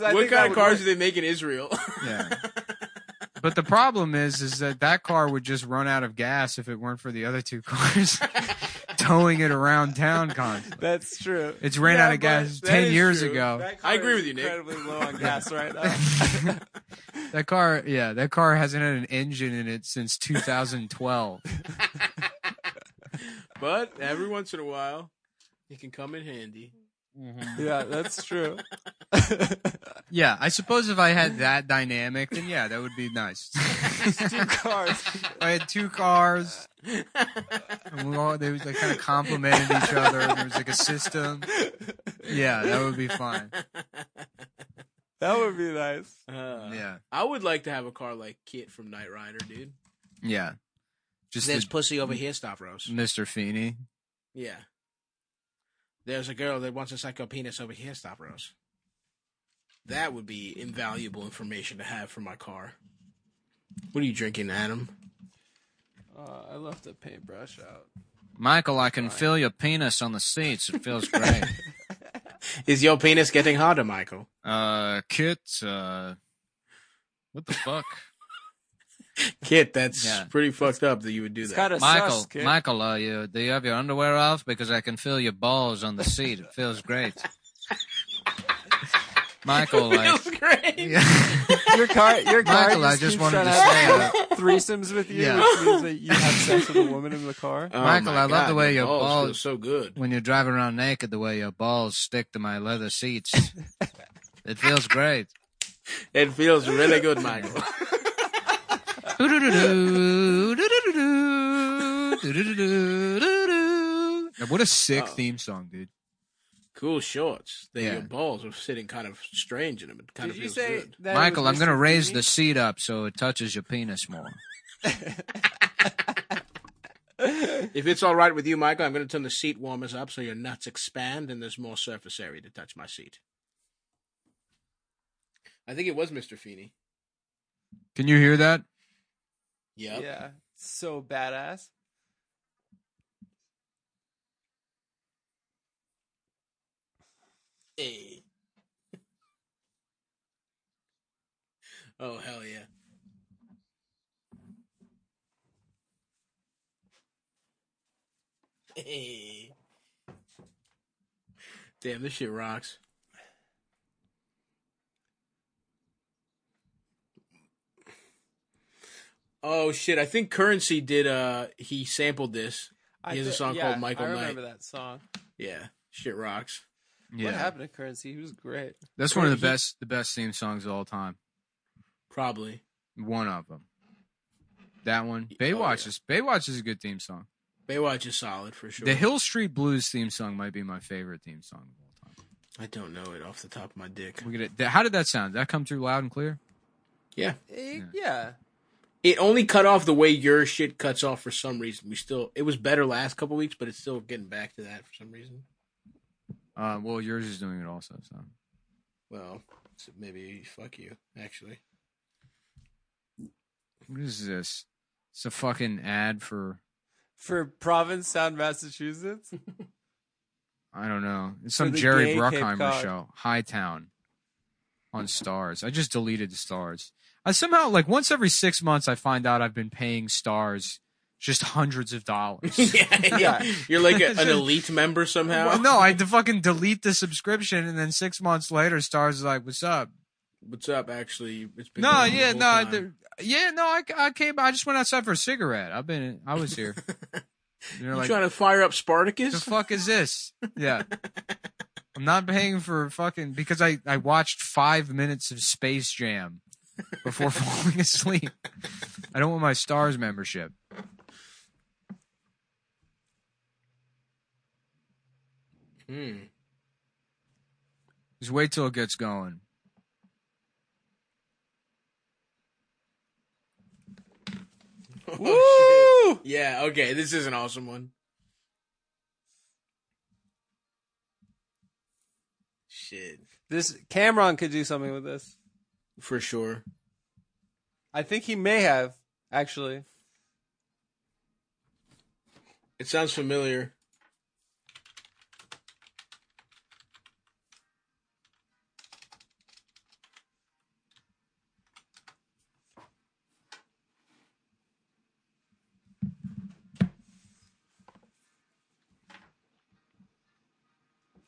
Speaker 1: what kind of cars do they make in Israel?
Speaker 2: Yeah. But the problem is, is that that car would just run out of gas if it weren't for the other two cars towing it around town constantly.
Speaker 3: That's true.
Speaker 2: It's ran
Speaker 3: Yeah,
Speaker 2: out of
Speaker 3: but
Speaker 2: gas
Speaker 3: that
Speaker 2: ten
Speaker 3: is
Speaker 2: years
Speaker 3: true.
Speaker 2: ago.
Speaker 3: That
Speaker 1: I
Speaker 3: car
Speaker 1: agree
Speaker 3: is
Speaker 1: with you, Nick.
Speaker 3: Incredibly low on gas right now.
Speaker 2: That car, yeah, that car hasn't had an engine in it since 2012.
Speaker 1: but every once in a while, it can come in handy.
Speaker 3: yeah, that's true.
Speaker 2: Yeah, I suppose if I had that dynamic, then yeah, that would be nice.
Speaker 3: Two cars.
Speaker 2: If I had two cars, and we all they was like kind of complemented each other, and there was like a system. Yeah, that would be fine.
Speaker 3: That would be nice.
Speaker 1: Uh,
Speaker 2: Yeah,
Speaker 1: I would like to have a car like Kit from Knight Rider, dude.
Speaker 2: yeah. Just
Speaker 1: There's
Speaker 2: the,
Speaker 1: pussy over here, Stavros.
Speaker 2: Mr. Feeney.
Speaker 1: Yeah. There's a girl that wants a psycho penis over here, Stavros. That would be invaluable information to have for my car. What are you drinking, Adam?
Speaker 3: Uh, I left the paintbrush out.
Speaker 2: Michael, I can feel your penis on the seats. It feels great.
Speaker 1: Is your penis getting harder, Michael?
Speaker 2: Uh, Kit, uh, what the fuck?
Speaker 1: Kit, that's
Speaker 2: Yeah.
Speaker 1: pretty fucked up that you would do
Speaker 3: It's
Speaker 1: that.
Speaker 3: kind of
Speaker 2: Michael,
Speaker 3: sus, kid.
Speaker 2: Michael, are you? Do you have your underwear off? Because I can feel your balls on the seat. It feels great. Michael, I,
Speaker 1: Feels great.
Speaker 3: your car, your car
Speaker 2: Michael, I
Speaker 3: just
Speaker 2: just
Speaker 3: keeps
Speaker 2: wanted
Speaker 3: trying to
Speaker 2: to say
Speaker 3: have threesomes with you,
Speaker 2: Yeah.
Speaker 3: which means that you have sex with a woman in the car.
Speaker 1: Oh
Speaker 2: Michael,
Speaker 1: my
Speaker 2: I love the way your balls-
Speaker 1: feel so good.
Speaker 2: when you're driving around naked, the way your balls stick to my leather seats, it feels great.
Speaker 1: It feels really good, Michael.
Speaker 2: Doo-doo-doo-doo, doo-doo-doo-doo, doo-doo-doo-doo-doo. What a sick
Speaker 3: Oh.
Speaker 2: theme song, dude.
Speaker 1: cool shorts. They,
Speaker 2: Yeah.
Speaker 1: Your balls are sitting kind of strange in them. It kind
Speaker 3: Did
Speaker 1: of
Speaker 3: you
Speaker 1: feels
Speaker 3: say
Speaker 1: good.
Speaker 3: that it
Speaker 2: Michael,
Speaker 3: was
Speaker 2: I'm going to
Speaker 3: Mr.
Speaker 2: raise
Speaker 3: Bean?
Speaker 2: the seat up so it touches your penis more.
Speaker 1: If it's all right with you, Michael, I'm going to turn the seat warmers up so your nuts expand and there's more surface area to touch my seat. I think it was Mr. Feeney.
Speaker 2: Can you hear that?
Speaker 1: Yep. Yeah.
Speaker 3: Yeah, so badass.
Speaker 1: Hey. oh, hell yeah. Hey. Damn, this shit rocks. Oh shit, I think Currency did uh he sampled this.
Speaker 3: I
Speaker 1: He has a
Speaker 3: did-
Speaker 1: song
Speaker 3: yeah,
Speaker 1: called Michael
Speaker 3: I
Speaker 1: Knight.
Speaker 3: remember that song.
Speaker 1: Yeah, shit rocks.
Speaker 3: What happened to Currency? He was great.
Speaker 2: That's one of the
Speaker 1: He-
Speaker 2: best the best theme songs of all time.
Speaker 1: Probably.
Speaker 2: One of them. That one.
Speaker 1: Oh,
Speaker 2: Baywatch
Speaker 1: yeah.
Speaker 2: is Baywatch is a good theme song.
Speaker 1: Baywatch is solid for sure.
Speaker 2: The Hill Street Blues theme song might be my favorite theme song of all time.
Speaker 1: I don't know it off the top of my dick.
Speaker 2: Look at it. Th- How did that sound? Did that come through loud and clear?
Speaker 1: Yeah.
Speaker 3: Eh,
Speaker 2: Yeah.
Speaker 3: yeah.
Speaker 1: It only cut off the way your shit cuts off for some reason. We still it was better last couple weeks, but it's still getting back to that for some reason.
Speaker 2: Uh, well, yours is doing it also. So
Speaker 1: Well, so maybe fuck you, actually.
Speaker 2: what is this? It's a fucking ad for
Speaker 3: For Province Sound, Massachusetts.
Speaker 2: I don't know. It's some
Speaker 3: the
Speaker 2: Jerry
Speaker 3: gay Cape
Speaker 2: Bruckheimer
Speaker 3: Cod.
Speaker 2: show, Hightown, on Stars. I just deleted the Stars. I somehow like once every six months I find out I've been paying Stars just hundreds of dollars.
Speaker 1: yeah, yeah. You're like a, an elite member somehow.
Speaker 2: Well, no, I had to fucking delete the subscription, and then six months later, Stars is like, "What's up?"
Speaker 1: What's up? Actually, it's been
Speaker 2: No,
Speaker 1: going on the
Speaker 2: yeah,
Speaker 1: whole
Speaker 2: no, I,
Speaker 1: time.
Speaker 2: did- yeah, no. I, I came. I just went outside for a cigarette. I've been. I was here. You're
Speaker 1: You
Speaker 2: like,
Speaker 1: trying to fire up
Speaker 2: the
Speaker 1: Spartacus?
Speaker 2: fuck is this? Yeah. I'm not paying for fucking because I I watched five minutes of Space Jam before falling asleep. I don't want my Stars membership.
Speaker 1: Hmm.
Speaker 2: Just wait till it gets going.
Speaker 1: Oh, shit. Yeah. Okay, this is an awesome one. Shit,
Speaker 3: This Cameron could do something with this.
Speaker 1: for sure.
Speaker 3: I think he may have actually.
Speaker 1: It sounds familiar.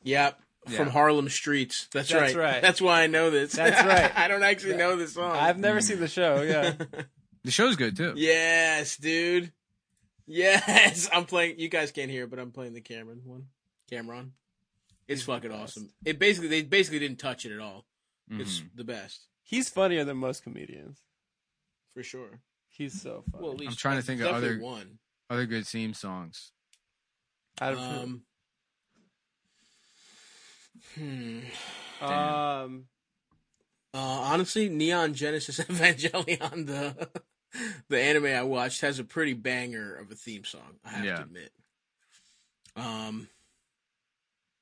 Speaker 1: Yep. From
Speaker 2: Yeah.
Speaker 1: Harlem streets. That's,
Speaker 5: That's
Speaker 1: right.
Speaker 5: right.
Speaker 1: That's why I know this.
Speaker 5: That's right.
Speaker 1: I don't actually know this song.
Speaker 5: I've never seen the show. Yeah.
Speaker 2: The show's good too.
Speaker 1: Yes, dude. Yes, I'm playing. You guys can't hear, it, but I'm playing the Cameron one. Cameron, it's fucking awesome. It basically they basically didn't touch it at all.
Speaker 2: Hmm.
Speaker 1: It's the best
Speaker 3: He's funnier than most comedians.
Speaker 1: for sure.
Speaker 3: He's so funny.
Speaker 1: Well, at least
Speaker 2: trying to think of
Speaker 1: definitely
Speaker 2: other-
Speaker 1: one.
Speaker 2: Other good theme songs.
Speaker 3: Out of um,
Speaker 1: Um, hmm.
Speaker 3: um,
Speaker 1: Uh, honestly, Neon Genesis Evangelion, the the anime I watched, has a pretty banger of a theme song. I have to
Speaker 2: Yeah.
Speaker 1: admit. Um,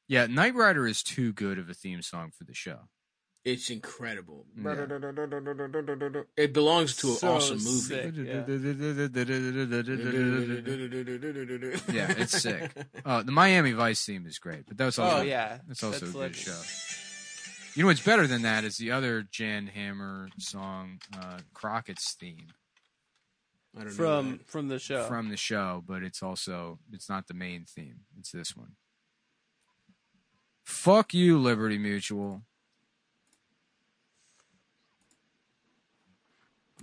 Speaker 2: Yeah, Knight Rider is too good of a theme song for the show.
Speaker 1: it's incredible.
Speaker 2: Yeah.
Speaker 1: It belongs to an
Speaker 3: So
Speaker 1: awesome movie.
Speaker 3: sick. Yeah.
Speaker 2: Yeah, it's sick. Uh, the Miami Vice theme is great, but that's also
Speaker 3: oh yeah,
Speaker 2: that's also a good
Speaker 3: like-
Speaker 2: show. You know what's better than that is the other Jan Hammer song, uh, Crockett's theme
Speaker 1: I don't know.
Speaker 3: From from the show.
Speaker 2: from the show, but it's also it's not the main theme. It's this one. Fuck you, Liberty Mutual.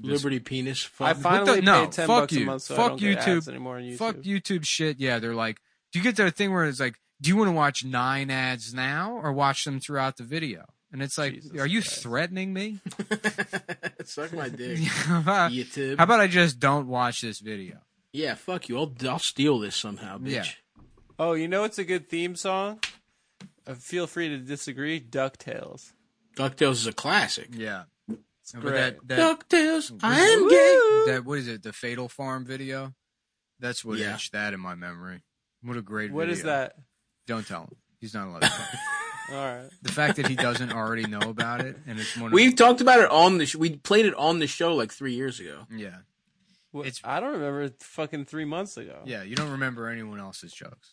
Speaker 1: that. Liberty Penis. Fuck.
Speaker 3: I finally
Speaker 2: no,
Speaker 3: paid ten
Speaker 2: fuck
Speaker 3: bucks a
Speaker 2: you.
Speaker 3: month, so I
Speaker 2: Fuck
Speaker 3: don't get
Speaker 2: YouTube.
Speaker 3: ads anymore on YouTube.
Speaker 2: Fuck YouTube shit. Yeah, they're like, do you get that thing where it's like, do you want to watch nine ads now or watch them throughout the video? And it's like,
Speaker 3: Jesus
Speaker 2: are you
Speaker 3: Christ.
Speaker 2: threatening me?
Speaker 1: Suck my dick.
Speaker 2: How
Speaker 1: YouTube.
Speaker 2: about I just don't watch this video?
Speaker 1: yeah, fuck you. I'll, I'll steal this somehow, bitch.
Speaker 2: Yeah.
Speaker 3: Oh, you know it's a good theme song. Uh, feel free to disagree. Ducktales.
Speaker 1: DuckTales is a classic.
Speaker 2: Yeah. But
Speaker 3: great.
Speaker 2: that, that,
Speaker 1: DuckTales, I am gay.
Speaker 2: that, what is it? The Fatal Farm video? That's what
Speaker 1: Yeah.
Speaker 2: etched that in my memory. What a great
Speaker 3: What
Speaker 2: video.
Speaker 3: is that?
Speaker 2: Don't tell him. He's not allowed to tell.
Speaker 3: All right.
Speaker 2: the fact that he doesn't already know about it and it's one of
Speaker 1: We've talked about it on the sh- we played it on the show like three years ago.
Speaker 2: Yeah.
Speaker 3: Wha-
Speaker 2: It's-
Speaker 3: I don't remember it fucking three months ago.
Speaker 2: Yeah, you don't remember anyone else's jokes.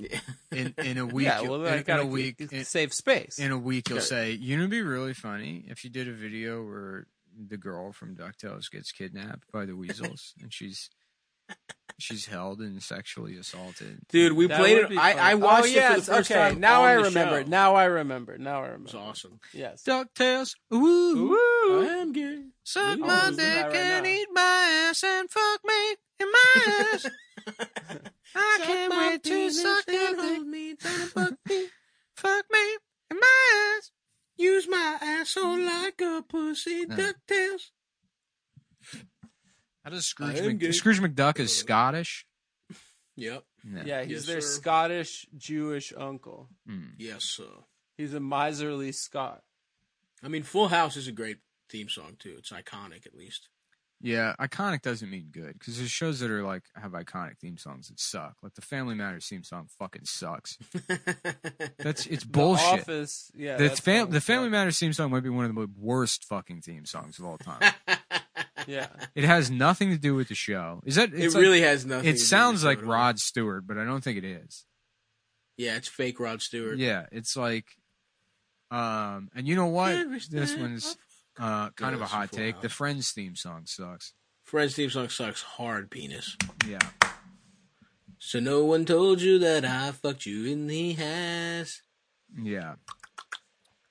Speaker 1: Yeah.
Speaker 2: In in a week,
Speaker 3: Yeah, well,
Speaker 2: in,
Speaker 3: I
Speaker 2: in
Speaker 3: gotta
Speaker 2: a week,
Speaker 3: keep-
Speaker 2: in,
Speaker 3: save space.
Speaker 2: in a week, you'll
Speaker 1: Okay.
Speaker 2: say, "You know, it'd be really funny if you did a video where the girl from Ducktales gets kidnapped by the weasels and she's she's held and sexually assaulted."
Speaker 1: Dude, we
Speaker 3: That
Speaker 1: played
Speaker 3: would
Speaker 1: it.
Speaker 3: be fun.
Speaker 1: I, I watched
Speaker 3: oh, yes,
Speaker 1: it for the first
Speaker 3: okay.
Speaker 1: time.
Speaker 3: Now
Speaker 1: on
Speaker 3: I
Speaker 1: the
Speaker 3: remember.
Speaker 1: show.
Speaker 3: Now I remember. Now I
Speaker 1: It's
Speaker 3: remember.
Speaker 1: awesome.
Speaker 3: Yes.
Speaker 2: Ducktales, ooh,
Speaker 1: I am gay.
Speaker 2: suck
Speaker 1: Oh, we
Speaker 2: my
Speaker 1: can listen
Speaker 2: dick
Speaker 1: to
Speaker 3: that right
Speaker 2: and
Speaker 3: now.
Speaker 2: eat my ass and fuck me in my ass. I can't wait to suck your dick.
Speaker 1: me, down and fuck me.
Speaker 2: Fuck me in my ass.
Speaker 1: Use my asshole like a pussy.
Speaker 2: No.
Speaker 1: Ducktales.
Speaker 2: How does
Speaker 1: I
Speaker 2: Scrooge
Speaker 1: am
Speaker 2: Mc-
Speaker 1: gay.
Speaker 2: Scrooge McDuck is Scottish?
Speaker 1: Yep.
Speaker 3: Yeah, he's
Speaker 1: Yes,
Speaker 3: their
Speaker 1: sir.
Speaker 3: Scottish Jewish uncle.
Speaker 2: Mm.
Speaker 1: Yes, sir.
Speaker 3: He's a miserly Scot.
Speaker 1: I mean, Full House is a great theme song too. It's iconic, at least.
Speaker 2: Yeah, iconic doesn't mean good because there's shows that are like have iconic theme songs that suck. Like the Family Matters theme song fucking sucks. That's it's bullshit. The,
Speaker 3: Office. Yeah.
Speaker 2: fam-
Speaker 3: probably
Speaker 2: the Family
Speaker 3: Scot-
Speaker 2: Matters theme song might be one of the worst fucking theme songs of all time.
Speaker 3: Yeah.
Speaker 2: it has nothing to do with the show. Is that
Speaker 1: it
Speaker 2: it's like-
Speaker 1: really has nothing. to do
Speaker 2: It
Speaker 1: with
Speaker 2: sounds
Speaker 1: the show
Speaker 2: like
Speaker 1: at all.
Speaker 2: Rod Stewart, but I don't think it is.
Speaker 1: Yeah, it's fake Rod Stewart.
Speaker 2: Yeah, it's like, um, and you know what? This one's uh, kind of a
Speaker 1: Yes,
Speaker 2: hot
Speaker 1: Full
Speaker 2: take. The
Speaker 1: House.
Speaker 2: Friends theme song sucks.
Speaker 1: Friends theme song sucks hard, penis.
Speaker 2: Yeah,
Speaker 1: So no one told you that I fucked you in the ass.
Speaker 2: yeah.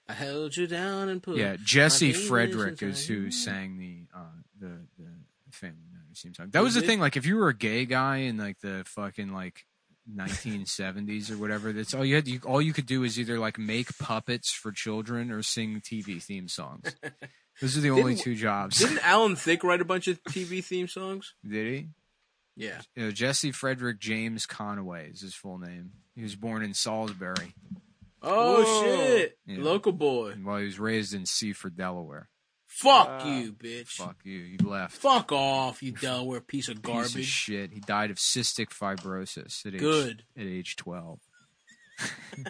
Speaker 1: I held you down and put.
Speaker 2: Yeah, Jesse
Speaker 1: My penis
Speaker 2: Frederick
Speaker 1: inside
Speaker 2: is
Speaker 1: your
Speaker 2: who
Speaker 1: mouth.
Speaker 2: sang the uh, the the Family Matters theme song. That was the
Speaker 1: did?
Speaker 2: thing. Like, if you were a gay guy in like the fucking like 1970s or whatever, that's all you had. You, all you could do is either like make puppets for children or sing TV theme songs. Those are the only
Speaker 1: Didn't-
Speaker 2: two jobs.
Speaker 1: Didn't Alan Thicke write a bunch of TV theme songs?
Speaker 2: Did he?
Speaker 1: Yeah.
Speaker 2: You know, Jesse Frederick James Conway is his full name. He was born in Salisbury
Speaker 1: Oh
Speaker 3: Whoa.
Speaker 1: shit!
Speaker 2: Yeah.
Speaker 1: Local boy.
Speaker 2: while he was raised in Seaford, Delaware.
Speaker 1: Fuck
Speaker 3: Wow.
Speaker 1: you, bitch. Fuck.
Speaker 2: Fuck you, you left.
Speaker 1: off, you Delaware piece of garbage.
Speaker 2: Piece of shit. He died of cystic fibrosis at age
Speaker 1: Good.
Speaker 2: at age twelve.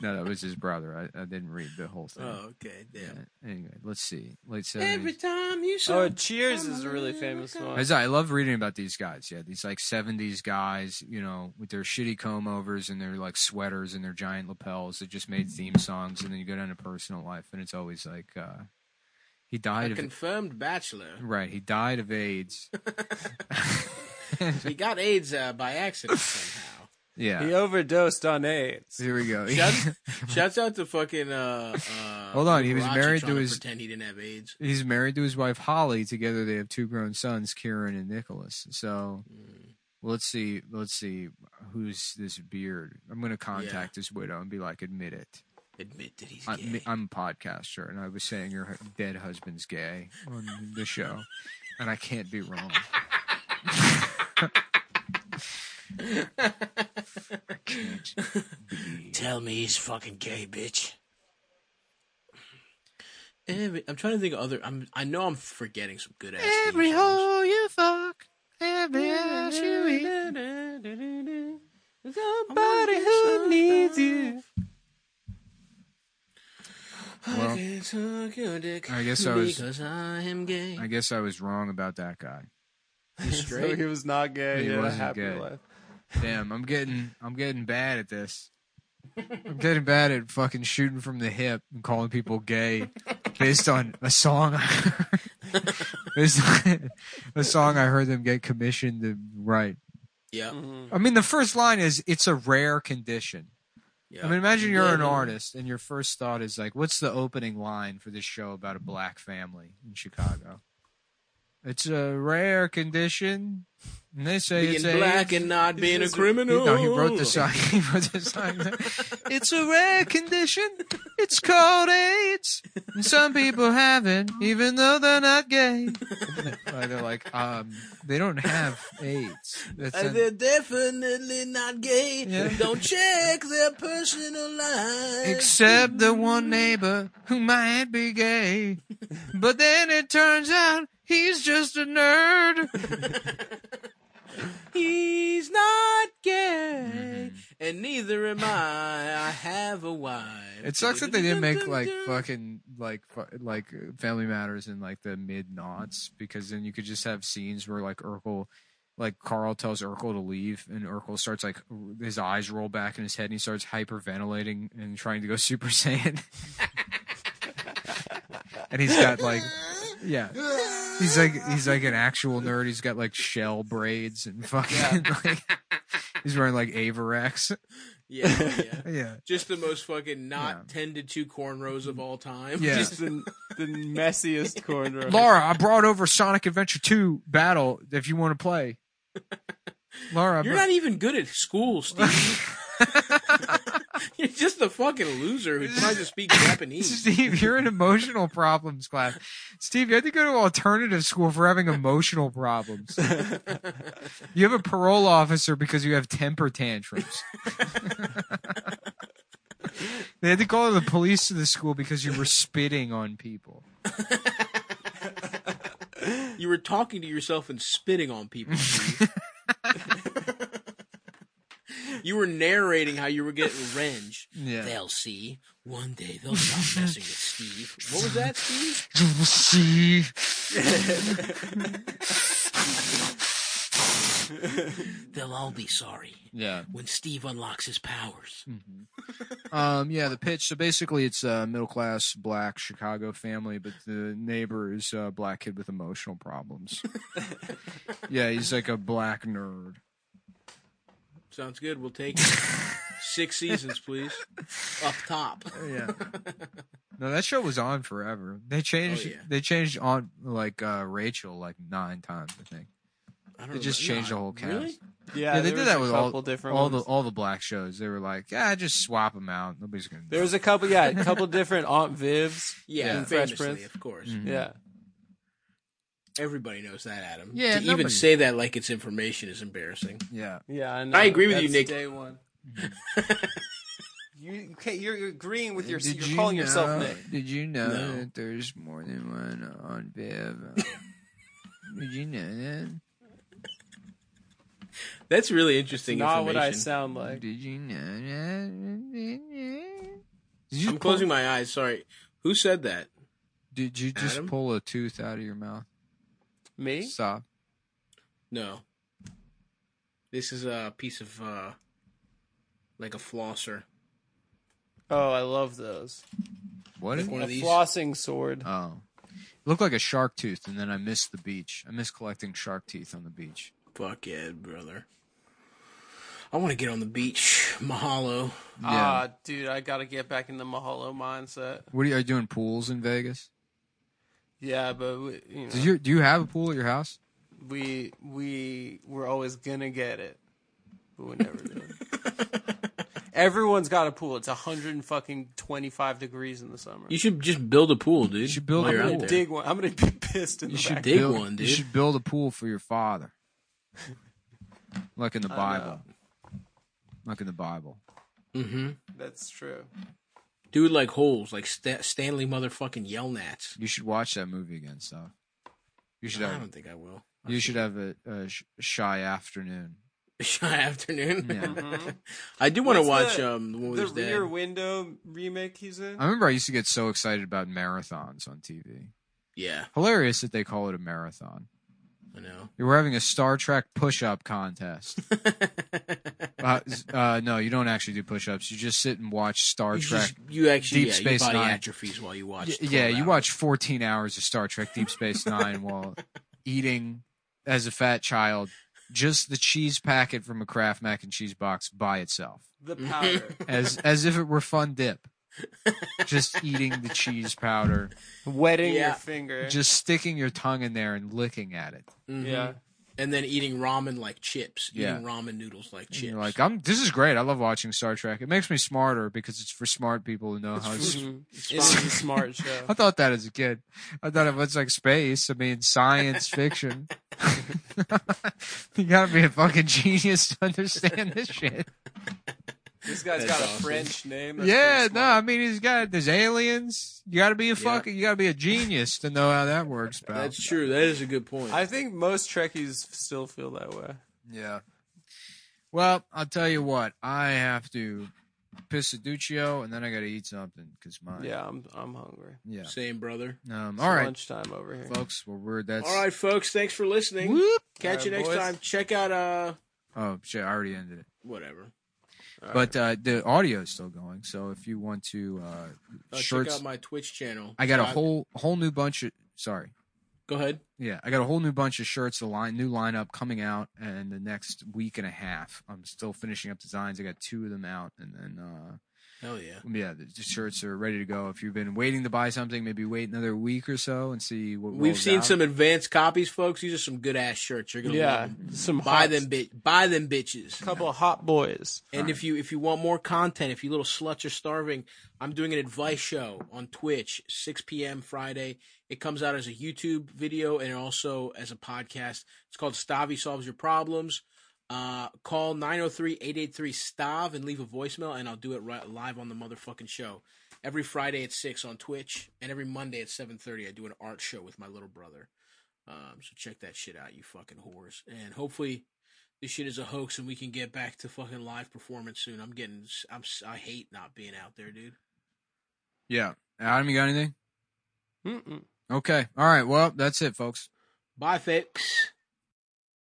Speaker 2: No, that was his brother. I, I didn't read the whole thing.
Speaker 1: Oh, okay, damn.
Speaker 2: Uh, Anyway, let's uh, see. Late
Speaker 1: Every
Speaker 2: seventies.
Speaker 1: time you saw
Speaker 3: Oh, Cheers is a really famous one.
Speaker 2: I love reading about these guys. Yeah, these like seventies guys, you know, with their shitty comb overs and their like sweaters and their giant lapels that just made theme songs. And then you go down to personal life, and it's always like, uh, he
Speaker 1: a
Speaker 2: died of
Speaker 1: confirmed bachelor,
Speaker 2: right. He died of AIDS.
Speaker 1: he got AIDS uh, by accident somehow.
Speaker 2: Yeah.
Speaker 3: He overdosed on AIDS.
Speaker 2: Here we go.
Speaker 1: Shouts, shouts out to fucking. Uh, uh,
Speaker 2: Hold on, he was
Speaker 1: Liberace
Speaker 2: married
Speaker 1: trying
Speaker 2: to his-
Speaker 1: Pretend he didn't have AIDS.
Speaker 2: He's married to his wife Holly. Together, they have two grown sons, Kieran and Nicholas. So, let's see, let's see who's this beard. I'm going to contact his widow and be like, admit it.
Speaker 1: Admit that he's
Speaker 2: I'm,
Speaker 1: gay.
Speaker 2: I'm a podcaster, and I was saying your hu- dead husband's gay on the show, and I can't be wrong. I can't be.
Speaker 1: Tell me he's fucking gay, bitch. Every, I'm trying to think of other. I'm. I know I'm forgetting some good ass. Every hole.
Speaker 2: you fuck, every ass you eat.
Speaker 1: Somebody who needs you.
Speaker 2: Well, I
Speaker 1: I
Speaker 2: guess I was-
Speaker 1: because I am gay.
Speaker 2: I guess I was wrong about that guy.
Speaker 1: You
Speaker 3: So he
Speaker 1: straight.
Speaker 3: was not gay.
Speaker 2: He
Speaker 3: He, had a
Speaker 2: wasn't
Speaker 3: happy
Speaker 2: gay.
Speaker 3: life.
Speaker 2: Damn, I'm getting I'm getting bad at this. I'm getting bad at fucking shooting from the hip and calling people gay based on a song I heard. based on a song I heard them get commissioned to write.
Speaker 1: yeah.
Speaker 2: I mean the first line is it's a rare condition.
Speaker 1: Yeah.
Speaker 2: I mean imagine you're an
Speaker 1: Yeah.
Speaker 2: artist and your first thought is like, what's the opening line for this show about a black family in Chicago? It's a rare condition. And they say
Speaker 1: being
Speaker 2: it's
Speaker 1: black
Speaker 2: AIDS.
Speaker 1: and not being a
Speaker 3: this a-
Speaker 1: criminal.
Speaker 2: No, he wrote the song. He wrote the song. it's a rare condition. It's called AIDS. And some people have it, even though they're not gay. Uh, they're like, um, they don't have AIDS. That's
Speaker 1: Uh,
Speaker 2: an-
Speaker 1: They're definitely not gay.
Speaker 2: Yeah.
Speaker 1: Don't check their personal lives.
Speaker 2: except the one neighbor who might be gay. But then it turns out he's just a nerd.
Speaker 1: He's not
Speaker 2: Mm-hmm.
Speaker 1: gay, and neither am I. I have a wife.
Speaker 2: It sucks that they didn't make like fucking like fu- like uh, Family Matters and like the mid knots because then you could just have scenes where like Urkel, like Carl tells Urkel to leave and Urkel starts like r- his eyes roll back in his head and he starts hyperventilating and trying to go Super Saiyan. and he's got like yeah. He's like he's like an actual nerd. He's got like shell braids and fucking like he's wearing like Avarex.
Speaker 1: Yeah, yeah.
Speaker 2: Yeah.
Speaker 1: Just the most fucking not
Speaker 2: Yeah.
Speaker 1: tended to cornrows of all time.
Speaker 2: Yeah.
Speaker 3: Just the, the messiest corner.
Speaker 2: Laura, I brought over Sonic Adventure 2 Battle if you want to play. Laura, I
Speaker 1: You're
Speaker 2: brought-
Speaker 1: not even good at school, Steve. You're just a fucking loser who tries to speak Japanese.
Speaker 2: Steve, you're in emotional problems class. Steve, you had to go to alternative school for having emotional problems. you have a parole officer because you have temper tantrums. they had to call the police to the school because you were spitting on people.
Speaker 1: You were talking to yourself and spitting on people. Steve. you were narrating how you were getting revenge.
Speaker 2: Yeah.
Speaker 1: They'll see. One day they'll stop messing with Steve. What was that, Steve?
Speaker 2: You will see.
Speaker 1: They'll all be sorry
Speaker 2: Yeah.
Speaker 1: when Steve unlocks his powers.
Speaker 2: Hmm. Um, yeah, the pitch. So basically, it's a middle class black Chicago family, but the neighbor is a black kid with emotional problems. yeah, he's like a black nerd.
Speaker 1: Sounds good. We'll take it. six seasons, please. Up top.
Speaker 2: Yeah. No, that show was on forever. They changed.
Speaker 1: yeah.
Speaker 2: They changed on like uh, Rachel like nine times, I think.
Speaker 1: I don't
Speaker 2: They just
Speaker 1: remember-
Speaker 2: changed the whole cast.
Speaker 1: Really?
Speaker 3: Yeah,
Speaker 2: they
Speaker 3: there
Speaker 2: did
Speaker 3: was
Speaker 2: that
Speaker 3: a
Speaker 2: with
Speaker 3: couple
Speaker 2: all
Speaker 3: different
Speaker 2: all
Speaker 3: ones.
Speaker 2: the all the black shows. They were like, yeah, just swap them out. Nobody's gonna.
Speaker 3: There was a couple, yeah, a couple different Aunt Vivs.
Speaker 1: Yeah,
Speaker 3: in Fresh
Speaker 1: famously,
Speaker 3: Prince.
Speaker 1: of course.
Speaker 2: Hmm.
Speaker 3: Yeah,
Speaker 1: Everybody knows that, Adam.
Speaker 2: Yeah,
Speaker 1: to even
Speaker 2: nobody-
Speaker 1: say that like it's information is embarrassing.
Speaker 2: yeah.
Speaker 3: yeah. I,
Speaker 1: I agree with you,
Speaker 3: That's
Speaker 1: Nick.
Speaker 3: Day one. you okay? You're you're agreeing with your.
Speaker 2: Did
Speaker 3: You're calling
Speaker 2: know,
Speaker 3: yourself Nick.
Speaker 2: Did you know
Speaker 1: No.
Speaker 2: that there's more than one on Viv? did you know that?
Speaker 1: That's really interesting
Speaker 3: Not
Speaker 1: information.
Speaker 3: what I sound like.
Speaker 2: Did you know that? Did you
Speaker 1: I'm
Speaker 2: just pull-
Speaker 1: closing my eyes. Sorry. Who said that?
Speaker 2: Did you just
Speaker 1: Adam?
Speaker 2: pull a tooth out of your mouth?
Speaker 3: Me?
Speaker 2: Stop.
Speaker 1: No. This is a piece of uh like a flosser.
Speaker 3: Oh, I love those.
Speaker 2: What?
Speaker 1: Like
Speaker 2: is-
Speaker 1: One
Speaker 3: a
Speaker 1: of these?
Speaker 3: flossing sword.
Speaker 2: Oh, looked like a shark tooth, and then I missed the beach. I miss collecting shark teeth on the beach.
Speaker 1: Fuck yeah, brother. I want to get on the beach. Mahalo.
Speaker 3: Ah, dude, I gotta get back in the Mahalo mindset.
Speaker 2: What are you, are you doing? Pools in Vegas?
Speaker 3: Yeah, but we, you know,
Speaker 1: Uh,
Speaker 2: Do you do you have a pool at your house?
Speaker 3: we we were always gonna get it, but we never did. Everyone's got a pool. It's a hundred and fucking twenty five degrees in the summer.
Speaker 1: You should just build a pool, dude. You
Speaker 2: should build
Speaker 1: while
Speaker 2: a
Speaker 1: you're
Speaker 2: pool.
Speaker 1: out there.
Speaker 3: dig one. I'm gonna be pissed in the back.
Speaker 1: dig
Speaker 2: build-
Speaker 1: one,
Speaker 2: You
Speaker 1: dude.
Speaker 2: should build a pool for your father, like in the Bible. Like in the Bible.
Speaker 3: That's true.
Speaker 1: Dude, like holes, like Sta- Stanley motherfucking Yelnats.
Speaker 2: You should watch that movie again, so you should
Speaker 1: I
Speaker 2: have
Speaker 1: don't think I will.
Speaker 2: you should have a, a sh- shy afternoon.
Speaker 1: Shy afternoon.
Speaker 2: Yeah.
Speaker 1: I do want to
Speaker 3: What's
Speaker 1: watch
Speaker 3: the-
Speaker 1: um the one with
Speaker 3: Mm-hmm. The
Speaker 1: his dad.
Speaker 3: Rear Window remake he's in.
Speaker 2: I remember I used to get so excited about marathons on TV.
Speaker 1: Yeah,
Speaker 2: Hilarious that they call it a marathon.
Speaker 1: I know.
Speaker 2: They were having a Star Trek push-up contest. uh, s- uh, no, you don't actually do push-ups. You just sit and watch Star
Speaker 1: You,
Speaker 2: Trek.
Speaker 1: just, you actually
Speaker 2: Deep
Speaker 1: yeah,
Speaker 2: Space
Speaker 1: your body
Speaker 2: Nine.
Speaker 1: atrophies while you watch.
Speaker 2: Y-
Speaker 1: 12
Speaker 2: yeah, you
Speaker 1: hours.
Speaker 2: watch 14 hours of Star Trek Deep Space Nine while eating as a fat child just the cheese packet from a Kraft mac and cheese box by itself,
Speaker 3: the powder.
Speaker 2: as as if it were fun dip. Just eating the cheese powder,
Speaker 3: Wetting
Speaker 1: Yeah.
Speaker 3: your finger.
Speaker 2: just sticking your tongue in there and licking at it.
Speaker 3: yeah.
Speaker 1: Mm-hmm. and then eating ramen like chips,
Speaker 2: Yeah.
Speaker 1: eating ramen noodles like
Speaker 2: And
Speaker 1: chips.
Speaker 2: You're like, I'm. This is great. I love watching Star Trek. It makes me smarter because it's for smart people who know how. to
Speaker 3: Mhm. It's probably a smart show.
Speaker 2: I thought that as a kid. I thought it was like space. I mean, science fiction. you gotta be a fucking genius to understand this shit.
Speaker 3: This guy's
Speaker 1: That's
Speaker 3: got a
Speaker 1: awesome.
Speaker 3: French name. That's
Speaker 2: yeah,
Speaker 3: pretty
Speaker 2: no. I
Speaker 3: smart.
Speaker 2: mean, he's got there's aliens. You gotta be a fucking. You gotta be a genius to know how that works, pal.
Speaker 1: That's true. That is a good point.
Speaker 3: I think most Trekkies still feel that way.
Speaker 2: yeah. Well, I'll tell you what. I have to piss a Duccio, and then I gotta eat something because my
Speaker 3: Yeah, I'm I'm hungry.
Speaker 2: yeah.
Speaker 1: Same brother.
Speaker 2: Um,
Speaker 3: It's
Speaker 2: all right,
Speaker 3: lunchtime over here.
Speaker 2: folks. Well, we're that's
Speaker 1: All right, folks. Thanks for listening.
Speaker 2: Whoop.
Speaker 1: Catch
Speaker 3: All
Speaker 1: you
Speaker 3: right,
Speaker 1: next
Speaker 3: boys.
Speaker 1: time. Check out uh
Speaker 2: Oh shit! I already ended it.
Speaker 1: whatever.
Speaker 2: but uh, the audio is still going. So if you want to,
Speaker 1: Uh,
Speaker 2: uh, shirts.
Speaker 1: Check out my Twitch channel.
Speaker 2: I got a
Speaker 1: Shot-
Speaker 2: whole whole new bunch of. Sorry.
Speaker 1: Go ahead.
Speaker 2: Yeah, I got a whole new bunch of shirts. The line new lineup coming out in the next week and a half. I'm still finishing up designs. I got two of them out, and then uh,
Speaker 1: Hell yeah.
Speaker 2: yeah, the, the shirts are ready to go. If you've been waiting to buy something, maybe wait another week or so and see what
Speaker 1: We've
Speaker 2: rolls
Speaker 1: seen
Speaker 2: out.
Speaker 1: some advanced copies, folks. These are some good ass shirts. You're gonna love
Speaker 3: Yeah,
Speaker 1: 'em.
Speaker 3: some
Speaker 1: Buy
Speaker 3: hot-
Speaker 1: them, bi- buy them bitches.
Speaker 3: couple of hot boys.
Speaker 1: And if you if you want more content, if you little sluts are starving, I'm doing an advice show on Twitch, 6 p.m. Friday. It comes out as a YouTube video and also as a podcast. It's called Stavi Solves Your Problems. Uh, call 903-883-STAV and leave a voicemail, and I'll do it right live on the motherfucking show. Every Friday at 6 on Twitch, and every Monday at 7.30 I do an art show with my little brother. Um, so check that shit out, you fucking whores. And hopefully this shit is a hoax and we can get back to fucking live performance soon. I'm getting, I'm, I hate not being out there, dude.
Speaker 2: Yeah, Adam, you got anything?
Speaker 3: Mm-mm.
Speaker 2: Okay, all right. Well, that's it, folks.
Speaker 1: Bye, folks.